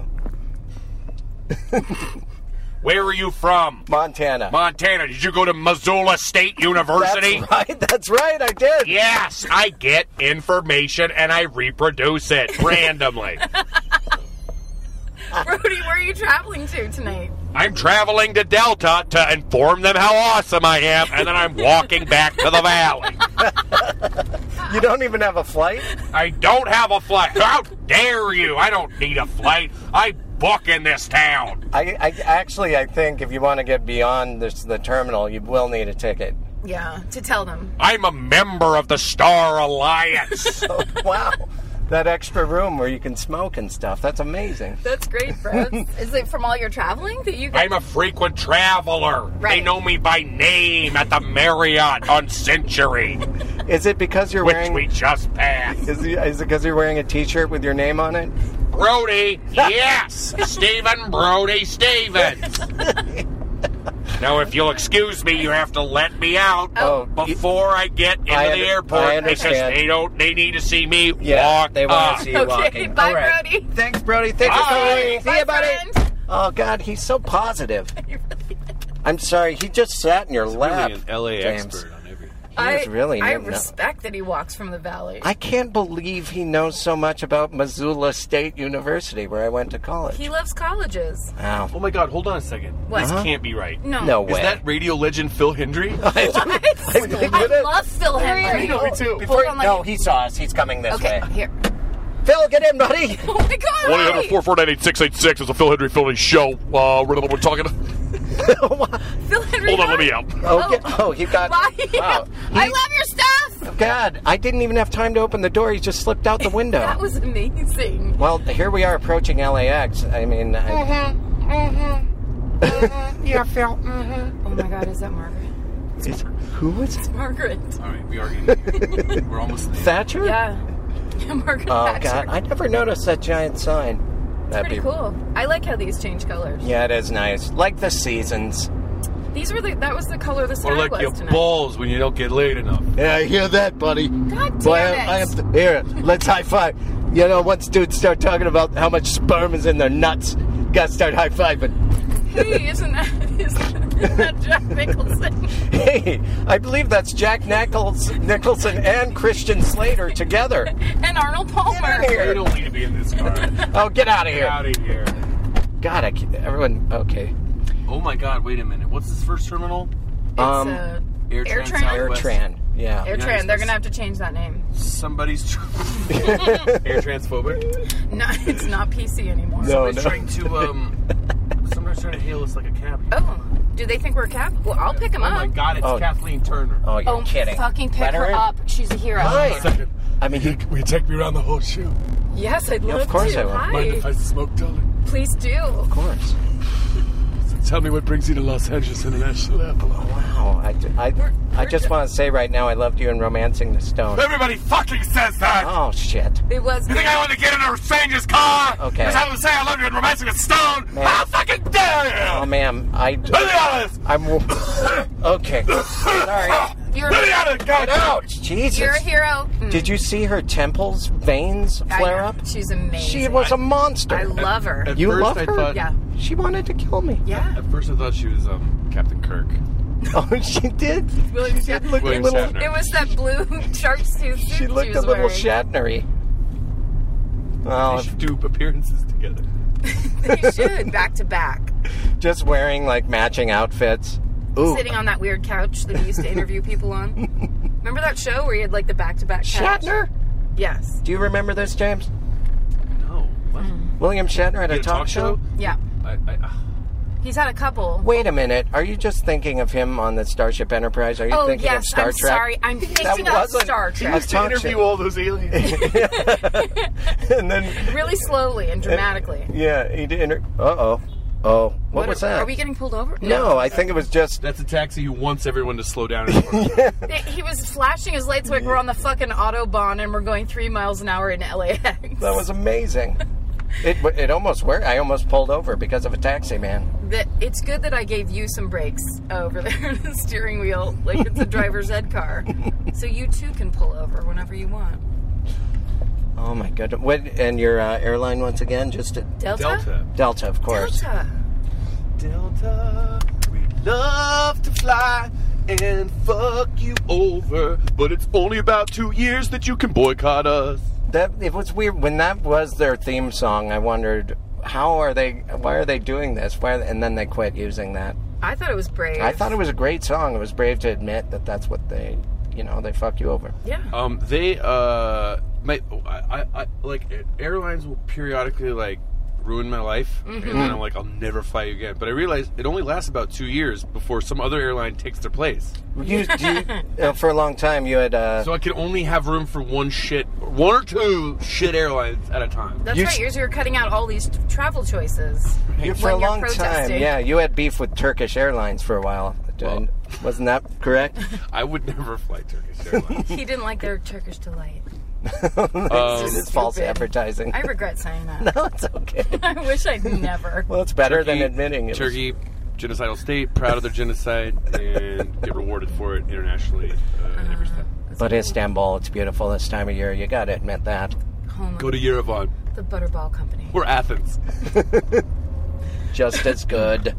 S6: Where are you from?
S2: Montana.
S6: Montana. Did you go to Missoula State University?
S2: That's right. That's right. I did.
S6: Yes, I get information and I reproduce it randomly.
S3: Brody, where are you traveling to tonight?
S6: I'm traveling to Delta to inform them how awesome I am, and then I'm walking back to the valley.
S2: You don't even have a flight.
S6: I don't have a flight. How dare you? I don't need a flight. I book in this town.
S2: I, I actually, I think if you want to get beyond this, the terminal, you will need a ticket.
S3: Yeah, to tell them.
S6: I'm a member of the Star Alliance.
S2: wow, that extra room where you can smoke and stuff—that's amazing.
S3: That's great,
S6: [LAUGHS]
S3: Brad. Is it from all your traveling that you
S6: I'm a frequent traveler. They
S3: Right.
S6: know me by name at the Marriott on Century,
S2: Is it because you're
S6: which
S2: wearing?
S6: we just passed.
S2: Is, it- is it because you're wearing a T-shirt with your name on it? [LAUGHS]
S6: Brody, yes, Stephen
S2: [LAUGHS]
S6: Brody Stevens. Now, if you'll excuse me, you have to let me out
S2: Oh, you-
S6: before I get into
S2: I
S6: the
S2: under-
S6: airport
S2: I
S6: because
S2: understand.
S6: they don't—they need to see me
S2: Yeah,
S6: walk.
S2: they want
S6: up.
S2: to see you
S3: Okay,
S2: walking.
S3: bye,
S2: All right.
S3: Brody.
S2: Thanks, Brody. Thanks for
S6: Bye.
S2: coming. See
S3: Bye,
S2: you, buddy.
S3: friend.
S2: Oh God, he's so [LAUGHS] positive. I'm sorry, he just sat in your lap. James.
S4: on everything.
S3: I
S2: was really
S3: I
S2: no- no.
S3: respect that he walks from the valley.
S2: I can't believe he knows so much about Missoula State University, where I went to college.
S3: he loves colleges.
S2: wow.
S4: Oh my God! Hold on a second.
S3: What?
S4: This can't be right.
S3: No.
S2: Uh-huh. No way.
S7: Is that radio legend Phil
S3: [LAUGHS]
S7: Hendry?
S2: [LAUGHS]
S3: I,
S2: think it is.
S3: love Phil Henry.
S4: me too.
S3: Hold on, like-
S2: no, he saw us. He's coming this
S3: Okay,
S2: way.
S3: here. [LAUGHS]
S2: Phil, get in, buddy.
S3: Oh my god.
S7: [LAUGHS] One eight hundred four four nine eight six eight six is a Phil Henry Phil Henry show. Uh, we're, we're talking.
S3: Phil Henry.
S7: Hold on, let me
S3: Hart.
S7: out.
S2: Oh, get, oh he got.
S3: Bye.
S2: [LAUGHS] Wow.
S3: [LAUGHS] I love your stuff.
S2: Oh, God, I didn't even have time to open the door. He just slipped out the window.
S3: That was amazing.
S2: well, here we are approaching LAX. I mean, I,
S3: Mm-hmm. Oh my god, is that Margaret?
S2: who was it?
S3: It's Margaret.
S4: All right, we are getting here. We're almost there.
S2: Thatcher? [LAUGHS]
S3: Yeah. Yeah, Margaret
S2: Oh
S3: Thatcher.
S2: God, I never noticed that giant sign. That'd
S3: Pretty cool. I like how these change colors.
S2: Yeah, it is nice. Like the seasons.
S3: These were the that was the color the sky
S4: Or like
S3: was
S4: your
S3: tonight.
S4: balls when you don't get laid enough.
S2: Yeah, I hear that, buddy.
S3: God
S2: Boy,
S3: damn
S2: I,
S3: it.
S2: I am here. Let's high five. You know, once dudes start talking about how much sperm is in their nuts, gotta start high fiving. [LAUGHS]
S3: hey, isn't that, [LAUGHS] isn't that Jack Nicholson?
S2: Hey, I believe that's Jack Nichols, Nicholson and Christian
S3: [LAUGHS]
S2: Slater together.
S3: and Arnold Palmer.
S4: You
S2: Here.
S4: don't need to be in this car. Get
S2: Oh, get out of here!
S4: out of here.
S2: God, I can't, everyone. Okay,
S4: Oh my God! Wait a minute. What's this first terminal?
S3: It's
S2: Um,
S3: uh,
S4: Air
S3: Air
S4: Tran
S3: Tran.
S4: Southwest.
S2: Tran. Yeah.
S3: Airtran.
S4: it's-
S3: They're gonna have to change that name. [LAUGHS]
S4: Somebody's tr- [LAUGHS] air transphobic.
S3: No, it's not PC anymore.
S2: No,
S4: Somebody's
S2: Oh, no.
S4: trying to um.
S2: [LAUGHS]
S4: Somebody's trying to hail us like a cab.
S3: Oh, do they think we're cap? Well, I'll pick them
S4: Oh
S3: up.
S4: my God! It's
S2: Oh.
S4: Kathleen Turner.
S2: Oh, you're
S3: Oh,
S2: kidding.
S3: fucking pick
S2: Let
S3: her
S2: in.
S3: up. She's a hero.
S2: Hi.
S5: Second,
S2: I mean, he,
S5: will you take me around the whole show?
S3: Yes, I'd love
S2: of course
S3: to.
S2: I will.
S5: Mind if
S3: Hi.
S5: I smoke, darling?
S3: Please do.
S2: of course.
S5: Tell me what brings you to Los Angeles International Airport.
S2: Wow, I, I, I just want to say right now, I loved you in Romancing the Stone.
S6: Everybody fucking says that.
S2: Oh shit!
S3: It was.
S6: You think I want to get in a stranger's car?
S2: Okay.
S6: Just have them say I love you and romance with stone.
S2: Man.
S6: How fucking dare
S2: Oh,
S6: you?
S2: ma'am, I.
S6: Who the hell is?
S2: I'm. [COUGHS] Okay. [LAUGHS] Sorry.
S3: You're,
S6: Who
S2: [LAUGHS]
S6: the hell is? God,
S2: Ouch! Jesus.
S3: you're a hero. Mm,
S2: Did you see her temples, veins
S3: I
S2: flare
S3: know.
S2: up?
S3: She's amazing.
S2: She was a
S3: I
S2: monster.
S3: love her.
S4: At
S2: You
S4: first
S2: love
S4: I
S2: her?
S4: Thought,
S3: yeah.
S2: She wanted to
S3: [LAUGHS]
S2: kill me.
S3: Yeah.
S4: At first I thought she was um, Captain Kirk.
S2: Oh, she did.
S3: William
S2: She
S3: Shatner.
S2: looked a
S4: William
S2: little.
S4: Shatner.
S3: It was that blue [LAUGHS] shark's tooth suit
S2: She
S3: she
S2: looked a
S3: was
S2: little Oh,
S3: wearing.
S2: Shatnery. Well,
S4: They should do appearances together.
S3: [LAUGHS] they should back to back.
S2: just wearing like matching outfits. Ooh,
S3: Sitting on that weird couch that we used to interview people
S2: [LAUGHS]
S3: on. Remember that show where you had like the back to back couch?
S2: Shatner.
S3: Yes.
S2: Do you remember this, James?
S6: Oh,
S4: No. What?
S2: William Shatner at
S4: Did
S2: a
S4: a talk show?
S3: Yeah.
S4: I, I, uh,
S3: He's had a couple.
S2: Wait a minute. Are you just thinking of him on the Starship Enterprise? Are you
S3: oh
S2: thinking
S3: yes,
S2: of Star
S3: I'm
S2: Trek?
S3: sorry. I'm thinking of
S2: wasn't-
S3: Star
S2: he
S3: Trek.
S2: was Talk
S4: interview
S2: show.
S4: all those aliens.
S2: [LAUGHS] and then,
S3: Really slowly and dramatically.
S2: yeah, he did. Inter- uh oh. Oh, what,
S3: are-
S2: was that?
S3: Are we getting pulled over?
S2: no, I think it was just.
S4: That's a taxi who wants everyone to slow down. and park.
S3: Th- He was flashing his lights like we're on the fucking autobahn and we're going three miles an hour in LAX.
S2: That was amazing. It, w- it almost worked. I almost pulled over because of a taxi man.
S3: [LAUGHS] That it's good that I gave you some brakes over there in the steering wheel, like it's a driver's ed
S2: [LAUGHS]
S3: car, so you too can pull over whenever you want.
S2: Oh my goodness! What, and your uh, airline once again? Just a,
S3: Delta.
S4: Delta.
S2: Delta, of course.
S3: Delta.
S4: Delta, we love to fly and fuck you over, but it's only about two years that you can boycott us.
S2: That it was weird when that was their theme song. I wondered how are they? Why are they doing this? Why? are they- and then they quit using that.
S3: I thought it was brave.
S2: I thought it was a great song. It was brave to admit that that's what they, you know, they fuck you over.
S3: Yeah.
S4: [LAUGHS] Um, they uh, my, I, I, I like airlines will periodically like ruin my life,
S2: Mm-hmm.
S4: and then I'm like, I'll never fly you again. But I realize it only lasts about two years before some other airline takes their place.
S2: You, do you
S3: [LAUGHS]
S2: uh, for a long time you had. Uh,
S4: So I can only have room for one shit, one or two shit airlines at a time.
S3: That's
S2: You
S3: right.
S2: s-
S3: Yours, you're cutting out all these t- travel choices.
S2: you for a
S3: when you're
S2: long time,
S3: protesting.
S2: yeah, you had beef with Turkish Airlines for a while.
S4: Well-
S2: Wasn't that
S3: [LAUGHS]
S2: correct?
S4: I would [LAUGHS] never fly Turkish Airlines.
S3: He didn't like their Turkish
S2: [LAUGHS]
S3: delight.
S2: It's
S4: um,
S2: just false
S3: Stupid.
S2: advertising.
S3: I regret saying that.
S2: [LAUGHS]
S3: [LAUGHS]
S2: no, it's okay.
S3: I wish I'd never.
S2: Well, it's better
S4: Turkey-
S2: than admitting it. was-
S4: Turkey, genocidal state, proud of their genocide, and get rewarded for it internationally uh, every step.
S2: but Istanbul, it's beautiful this time of year. You got to admit that.
S3: Home
S4: Go to Yerevan.
S3: of the Butterball Company.
S4: We're Athens.
S2: Just as good.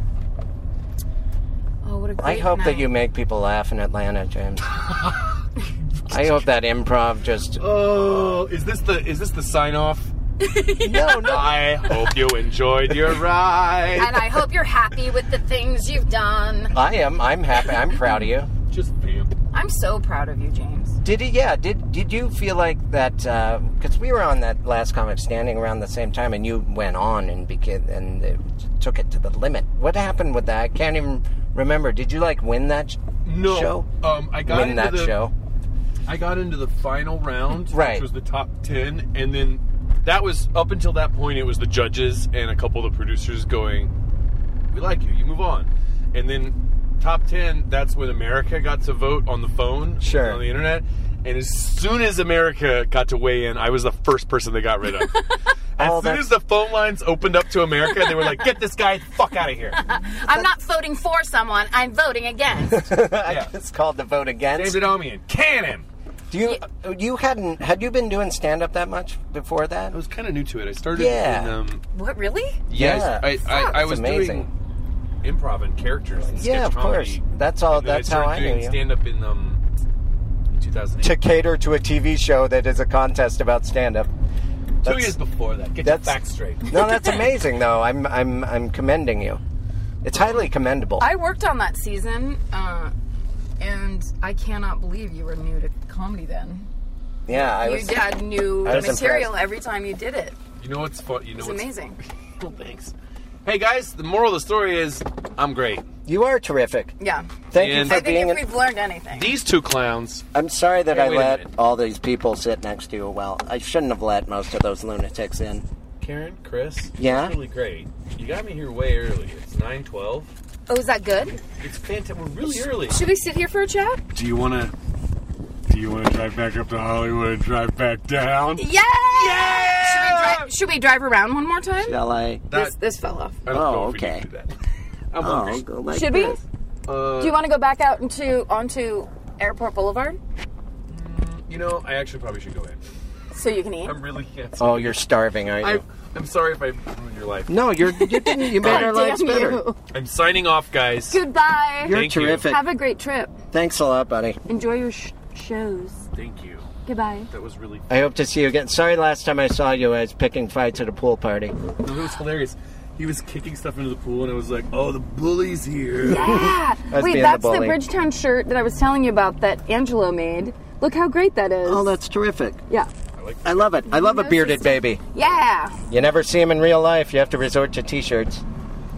S3: Oh, what a great
S2: [LAUGHS] I hope that
S3: night.
S2: you make people laugh in Atlanta,
S4: [LAUGHS]
S2: James. I hope that improv just.
S4: Oh, is this the is this the sign off?
S2: No, no.
S4: I hope you enjoyed [LAUGHS] your ride.
S3: And I hope you're happy with the things you've done.
S2: I am. I'm happy. I'm proud of you.
S4: Just vamp.
S3: I'm so proud of you, James.
S2: Did it? Yeah. Did Did you feel like that? Because we were on that last comic standing around the same time, and you went on and became and it took it to the limit. What happened with that? I can't even remember. Did you like win that sh-
S4: No,
S2: show?
S4: um, I got
S2: win
S4: into
S2: that
S4: the
S2: show.
S4: I got into the final round,
S2: Right.
S4: which was the top ten, and then that was up until that point. It was the judges and a couple of the producers going, "We like you. You move on." And then top ten. That's when America got to vote on the phone,
S2: Sure.
S4: on the internet. And as soon as America got to weigh in, I was the first person they got
S2: [LAUGHS]
S4: rid of. As
S2: Oh, [LAUGHS]
S4: soon
S2: that's-
S4: as the phone lines opened up to America, they were like, "Get this guy the fuck out of
S2: [LAUGHS]
S4: here!"
S3: I'm not voting for someone. I'm voting
S2: [LAUGHS]
S3: against.
S4: Yeah.
S2: It's called the vote against.
S4: David Omian, can him.
S2: Do you you hadn't had you been doing stand up that much before that?
S4: I was kind of new to it. I started
S2: Yeah.
S4: in um,
S3: what really?
S4: Yeah,
S2: Yeah.
S4: I, I, I, I
S2: That's
S4: was
S2: amazing.
S4: doing improv and characters. And
S2: Yeah,
S4: sketch
S2: of course.
S4: comedy.
S2: That's all-
S4: And then
S2: that's
S4: I started
S2: how I
S4: doing
S2: knew you.
S4: Stand up in um, in 2008.
S2: To cater to a TV show that is a contest about stand up.
S4: Two years before that. Get your
S2: that's-
S4: facts straight.
S2: No, that's amazing though. I'm I'm I'm commending you. It's highly commendable.
S3: I worked on that season, uh, and I cannot believe you were new to comedy then.
S2: yeah, I was
S3: you
S2: [LAUGHS]
S3: had new
S2: I was
S3: material
S2: impressed.
S3: every time you did it. It
S4: You know what's fun? You know
S3: was
S4: what's
S3: amazing.
S4: Cool, thanks. Hey guys, the moral of the story is I'm great.
S2: You are terrific.
S3: Yeah.
S2: Thank
S4: And-
S2: you
S3: I
S2: for being
S3: think if
S2: in-
S3: we've learned anything.
S4: These two clowns.
S2: I'm sorry that
S4: Hey,
S2: I
S4: wait a
S2: let
S4: minute.
S2: all these people sit next to you. Well, I shouldn't have let most of those lunatics in.
S4: Karen, Chris.
S2: Yeah?
S4: It's really great. You got me here way early. It's 9:12.
S3: Oh, is that good?
S4: It's fantastic. We're really early.
S3: Should we sit here for a chat?
S4: Do you want to? Do you want to drive back up to Hollywood and drive back down?
S3: Yeah! Should, we drive, should we drive around one more time?
S2: Shall I?
S3: This, this fell off.
S4: I don't
S2: Oh,
S4: know if
S2: okay.
S4: we can
S2: [LAUGHS]
S4: do that. I'm
S2: Oh,
S4: hungry.
S2: go like
S3: Should we?
S2: this. Uh,
S3: Do you want to go back out into onto Airport Boulevard
S4: You know, I actually probably should go in.
S3: so you can eat?
S4: I'm really can't.
S2: Oh, you're starving, aren't you?
S4: I, I'm sorry if I ruined your life.
S2: No, you're you didn't.
S3: [LAUGHS]
S2: You made our lives
S3: Damn
S2: better.
S3: you.
S4: I'm signing off, guys.
S3: Goodbye.
S2: You're
S4: Thank you.
S2: terrific.
S3: Have a great trip.
S2: Thanks a lot, buddy.
S3: Enjoy your sh- shows.
S4: Thank you.
S3: Goodbye.
S4: That was really.
S2: I hope to see you again. Sorry, last time I saw you, I was picking fights at a pool party.
S4: No, it was hilarious. He was kicking stuff into the pool, and I was like, "Oh, the bully's here."
S3: Yeah.
S2: That's
S3: Wait, [LAUGHS]
S2: being
S3: that's
S2: the
S3: the,
S2: bully.
S3: Bridgetown shirt that I was telling you about that Angelo made. Look how great that is.
S2: Oh, that's terrific.
S3: yeah.
S2: I love it. I love a bearded baby.
S3: Yeah.
S2: You never see him in real life. You have to resort to t-shirts.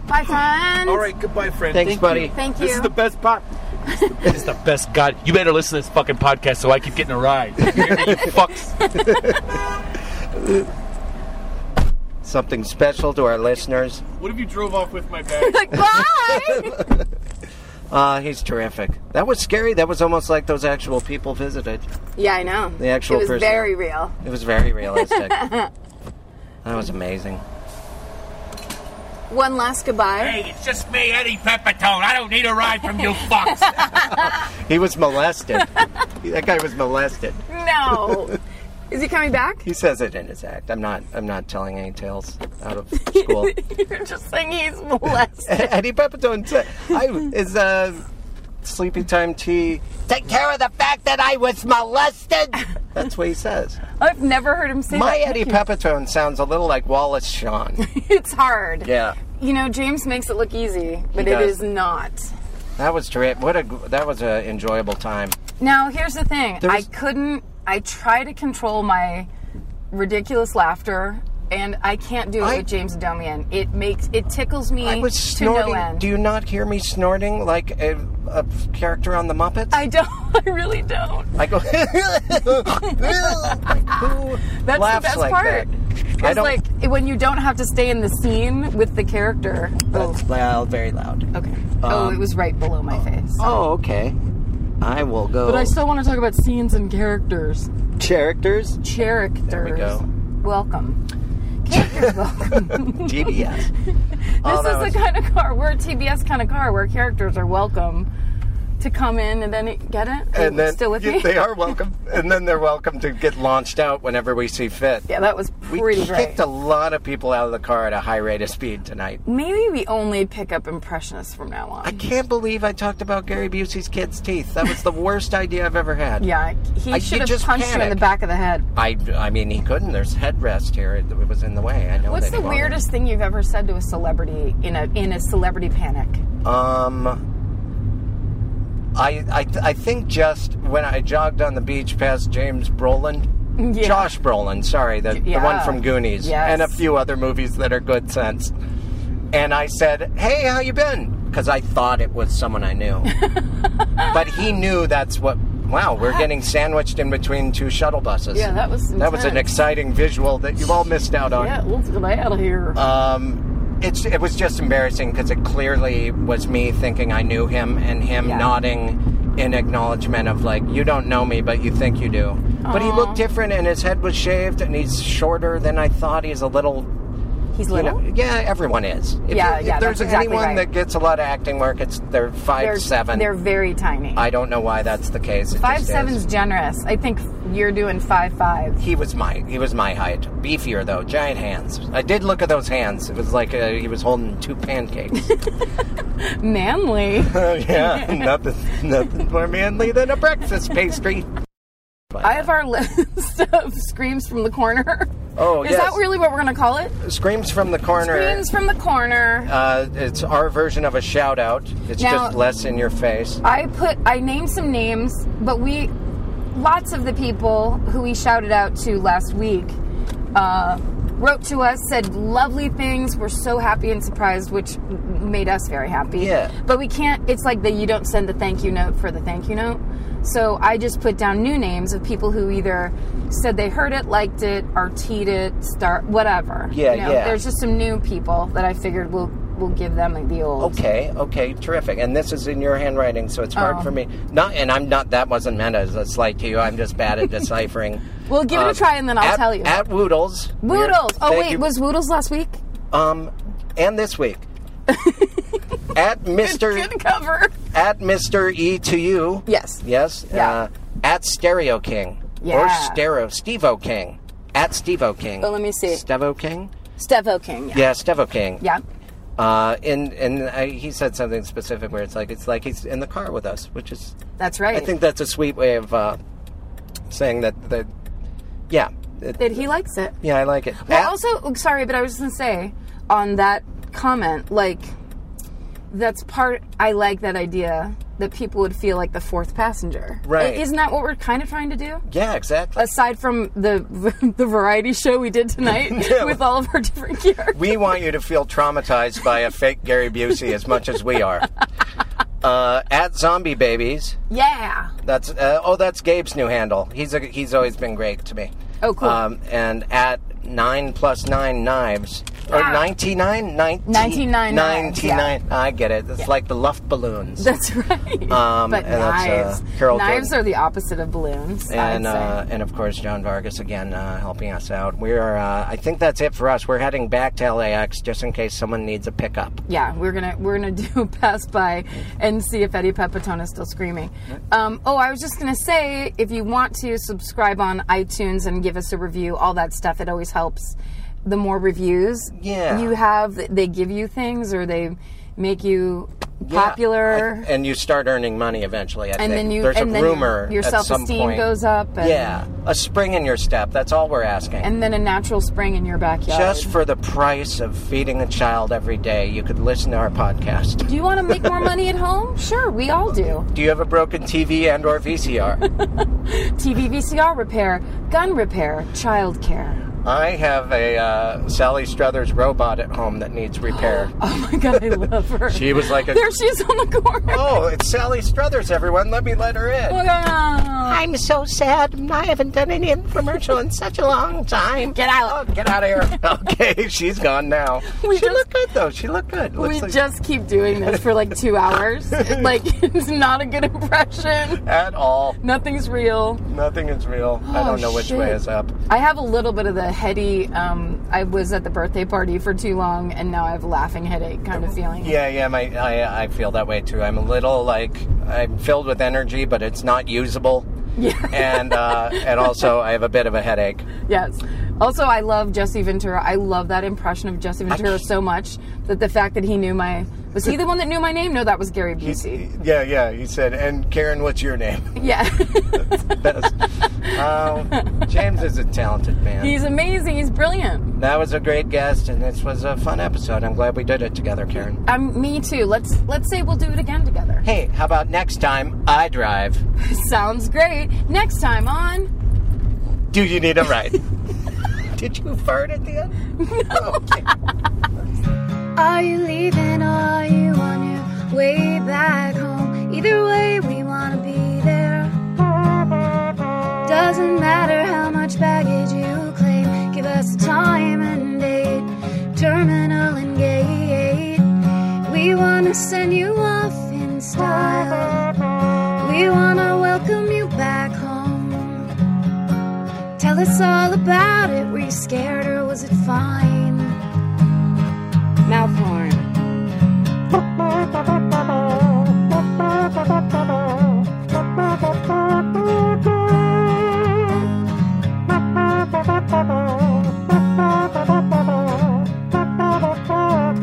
S3: Bye, friends.
S4: All right, goodbye, friend.
S2: Thanks,
S4: Thank
S2: buddy.
S4: You.
S3: Thank you.
S4: This is the best pop. This is the best. God, you better listen to this fucking podcast so I keep getting a ride. [LAUGHS] You hear me, you fucks.
S2: Something special to our listeners.
S4: What if you drove off with my bag?
S3: [LAUGHS] Like, bye.
S2: Ah, he's terrific. That was scary. That was almost like those actual people visited.
S3: yeah, I know.
S2: The actual
S3: It was
S2: person.
S3: very real.
S2: It was very realistic. that was amazing.
S3: One last goodbye.
S6: Hey, it's just me, Eddie Pepitone. I don't need a ride from you fucks.
S2: He was molested. that guy was molested.
S3: No. is he coming back?
S2: He says it in his act. I'm not. I'm not telling any tales out of school. [LAUGHS]
S3: You're just saying he's molested.
S2: Eddie Pepitone said, "I is uh, sleepy time tea. Take care of the fact that I was molested." That's what he says.
S3: [LAUGHS] I've never heard him say
S2: My
S3: that.
S2: Eddie Pepitone sounds a little like Wallace Shawn.
S3: It's hard.
S2: [LAUGHS] Yeah,
S3: You know, James makes it look easy, but
S2: He
S3: it
S2: does.
S3: is not.
S2: that was terrific. What a that was an enjoyable time.
S3: Now, here's the thing.
S2: There
S3: I
S2: was-
S3: couldn't. I try to control my ridiculous laughter, and I can't do it
S2: I-
S3: with James and Domian. It makes it tickles me
S2: I was
S3: to no
S2: snorting.
S3: end.
S2: Do you not hear me snorting like a, a character on the Muppets?
S3: I don't. [LAUGHS] I really don't.
S2: I go. [LAUGHS] like, who
S3: That's
S2: laughs
S3: the best
S2: like
S3: part.
S2: that?
S3: It's
S2: I don't.
S3: like when you don't have to stay in the scene with the character. Oh,
S2: that's loud, very loud.
S3: okay. oh, it was right below my face.
S2: Oh, okay. I will go.
S3: But I still want to talk about scenes and characters.
S2: characters.
S3: Characters.
S2: There we go.
S3: Welcome.
S2: [LAUGHS]
S3: Characters welcome.
S2: GBS.
S3: This
S2: Oh, that
S3: is
S2: was-
S3: the kind of car we're a TBS kind of car where characters are welcome to come in and then it- get it. [LAUGHS] Are you
S2: and then
S3: still with
S2: yeah,
S3: me?
S2: they are welcome, and then they're welcome to get launched out whenever we see fit.
S3: Yeah, that was
S2: we
S3: pretty great.
S2: kicked a lot of people out of the car at a high rate of speed tonight.
S3: Maybe we only pick up impressionists from now on.
S2: I can't believe I talked about Gary Busey's kid's teeth. That was the worst idea I've ever had.
S3: yeah, he
S2: I
S3: should
S2: did
S3: have
S2: just
S3: punched him in
S2: panic.
S3: the back of the head.
S2: I, I mean, he couldn't. There's headrest here. It was in the way. I know.
S3: What's
S2: they
S3: the
S2: won't.
S3: weirdest thing you've ever said to a celebrity in a in a celebrity panic?
S2: Um, I, I I think just when I jogged on the beach past James Brolin,
S3: [LAUGHS] Yeah.
S2: Josh Brolin, sorry, the, the one
S3: Yeah.
S2: from Goonies,
S3: Yes.
S2: and a few other movies that are good since. And I said, "Hey, how you been?" Because I thought it was someone
S3: [LAUGHS]
S2: I knew, but he knew that's what. Wow, we're getting sandwiched in between two shuttle buses.
S3: Yeah, that was
S2: that was an
S3: intense.
S2: exciting visual that you've all missed out on.
S3: Yeah, let's get out of here.
S2: Um, it's it was just embarrassing because it clearly was me thinking I knew him and him
S3: Yeah.
S2: nodding in acknowledgement of like you don't know me but you think you do. But he looked different and his head was shaved and he's shorter than I thought. He's a little,
S3: He's
S2: you
S3: little.
S2: know, yeah, everyone is. If
S3: Yeah,
S2: you-
S3: yeah,
S2: If there's
S3: that's exactly
S2: anyone
S3: right.
S2: that gets a lot of acting work, it's they're 5
S3: they're
S2: seven.
S3: They're very tiny.
S2: I don't know why that's the case. It
S3: five
S2: just is.
S3: seven's generous. I think you're doing five five.
S2: He was my he was my height. Beefier though, giant hands. I did look at those hands. It was like uh, he was holding two pancakes.
S3: Manly.
S2: Oh [LAUGHS] yeah, nothing, nothing more manly than a breakfast pastry.
S3: I have our [LAUGHS] list of screams from the corner.
S2: Oh,
S3: is
S2: yes.
S3: that really what we're gonna call it?
S2: Screams from the corner.
S3: Screams from the corner.
S2: Uh, it's our version of a shout out. It's
S3: Now-
S2: just less in your face.
S3: I put I named some names, but we lots of the people who we shouted out to last week uh, wrote to us, said lovely things. We're so happy and surprised, which made us very happy.
S2: Yeah.
S3: But we can't. It's like that you don't send the thank you note for the thank you note. So I just put down new names of people who either said they heard it, liked it, or teed it, start whatever.
S2: Yeah, yeah.
S3: There's just some new people that I figured will we'll give them like, the old.
S2: Okay, okay, terrific. And this is in your handwriting, so it's hard
S3: Oh.
S2: for me. Not, and I'm not. That wasn't meant as a slight to you. I'm just
S3: [LAUGHS]
S2: bad at deciphering.
S3: We'll give it a
S2: Um,
S3: try and then I'll
S2: at-
S3: tell you.
S2: At Woodles. we're-
S3: Woodles. Oh
S2: thank
S3: wait,
S2: you.
S3: was Woodles last week?
S2: um, and this
S3: [LAUGHS]
S2: week. at Mister
S3: Good cover.
S2: at Mister E to you.
S3: Yes.
S2: Yes.
S3: Yeah.
S2: Uh, at Stereo King or
S3: Yeah.
S2: Stereo Stevo King. At Stevo King.
S3: Oh, let me see.
S2: Stevo King.
S3: Stevo King. Yeah.
S2: Yeah, Stevo King.
S3: Yeah.
S2: Uh, and and I, he said something specific where it's like it's like he's in the car with us, which is
S3: That's right.
S2: I think that's a sweet way of uh, saying that that yeah it-
S3: that he likes it.
S2: yeah I like it.
S3: Well,
S2: At-
S3: also, oh, sorry, but I was just gonna say on that comment, like, that's part. I like that idea that people would feel like the fourth passenger.
S2: Right.
S3: I- Isn't that what we're kind of trying to do?
S2: yeah, exactly.
S3: Aside from the [LAUGHS] the variety show we did tonight
S2: [LAUGHS]
S3: with all of our different characters.
S2: We want you to feel traumatized by a fake Gary Busey as much as we
S3: [LAUGHS]
S2: are. Uh, at Zombie Babies,
S3: yeah.
S2: that's uh, oh that's Gabe's new handle. He's a, he's always been great to me.
S3: Oh, cool.
S2: Um, and at nine plus nine knives or
S3: Ah.
S2: ninety nine, ninety
S3: 99 knives,
S2: ninety
S3: yeah.
S2: nine. I get it. It's like the Luft balloons.
S3: That's right.
S2: Um,
S3: but
S2: and that's, uh,
S3: knives,
S2: Carol
S3: knives
S2: Jordan.
S3: are the opposite of balloons.
S2: [LAUGHS] and
S3: I'd say.
S2: uh, and of course John Vargas again uh, helping us out. We are. Uh, I think that's it for us. We're heading back to LAX just in case someone needs a pickup.
S3: yeah, we're gonna we're gonna [LAUGHS] do a pass by and see if Eddie Pepitone is still screaming. Um, oh, I was just gonna say, if you want to subscribe on iTunes and give us a review, all that stuff, it always helps. The more reviews
S2: Yeah.
S3: you have, they give you things or they make you
S2: Yeah.
S3: popular,
S2: I- and you start earning money eventually. I
S3: and
S2: think.
S3: then you
S2: there's
S3: and
S2: a
S3: then
S2: rumor
S3: your
S2: at some
S3: self esteem
S2: point.
S3: goes up. And,
S2: Yeah, a spring in your step. That's all we're asking.
S3: and then a natural spring in your backyard.
S2: just for the price of feeding a child every day, you could listen to our podcast.
S3: do you want to make more money at
S2: [LAUGHS]
S3: home? Sure, we all do.
S2: Do you have a broken TV and or [LAUGHS] VCR?
S3: TV VCR repair, gun repair, child care.
S2: I have a uh, Sally Struthers robot at home that needs repair. [GASPS]
S3: Oh [LAUGHS] my god, I love her.
S2: She was like a-
S3: There she is on the corner.
S2: [LAUGHS] oh, it's Sally Struthers, everyone. Let me let her in.
S3: Look at her.
S2: Oh, I'm so sad. I haven't done any infomercial in such a long time.
S3: Get out.
S2: Oh, get out of here. [LAUGHS] okay, she's gone now.
S3: We
S2: she
S3: just-
S2: looked good though. She looked good. Looks
S3: We
S2: like
S3: just keep doing this for like two
S2: [LAUGHS]
S3: hours. like it's not a good impression.
S2: at all.
S3: Nothing's real.
S2: Nothing is real. I don't know which
S3: shit.
S2: way is up.
S3: I have a little bit of the heady. Um, I was at the birthday party for too long, and now I have laughing headache kind of feeling.
S2: Yeah, yeah, my I, I feel that way too. I'm a little like I'm filled with energy, but it's not usable.
S3: Yeah.
S2: [LAUGHS] and uh, and also I have a bit of a headache.
S3: Yes. Also, I love Jesse Ventura. I love that impression of Jesse Ventura so much that the fact that he knew my was he the one that knew my name? No, that was Gary Busey.
S2: Yeah, yeah. He said, and Karen, what's your name? [LAUGHS]
S3: Yeah. [LAUGHS]
S2: Best. Um, James is a talented man.
S3: He's amazing. He's brilliant.
S2: That was a great guest, and this was a fun episode. I'm glad we did it together, Karen.
S3: Um, me too. Let's let's say we'll do it again together.
S2: Hey, how about next time I drive?
S3: Sounds great. Next time on.
S2: Do you need a ride? [LAUGHS] did you fart at the end?
S1: Are you leaving or are you on your way back home? Either way, we wanna be there. Doesn't matter how much baggage you claim, give us a time and date, terminal and gate. We wanna send you off in style. We wanna welcome you back home. Tell us all about it. Were you scared or was it fine? mouth horn.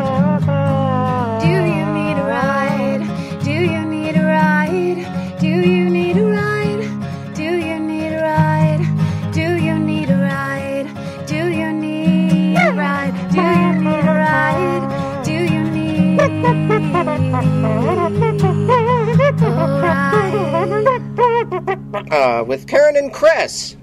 S1: Do you need a ride? Do you need a ride? Do you need a ride? Do you need a ride? Do you need a ride? Do you need a ride? Do you need a ride? Do you need a ride?
S2: Uh, with Karen and Chris.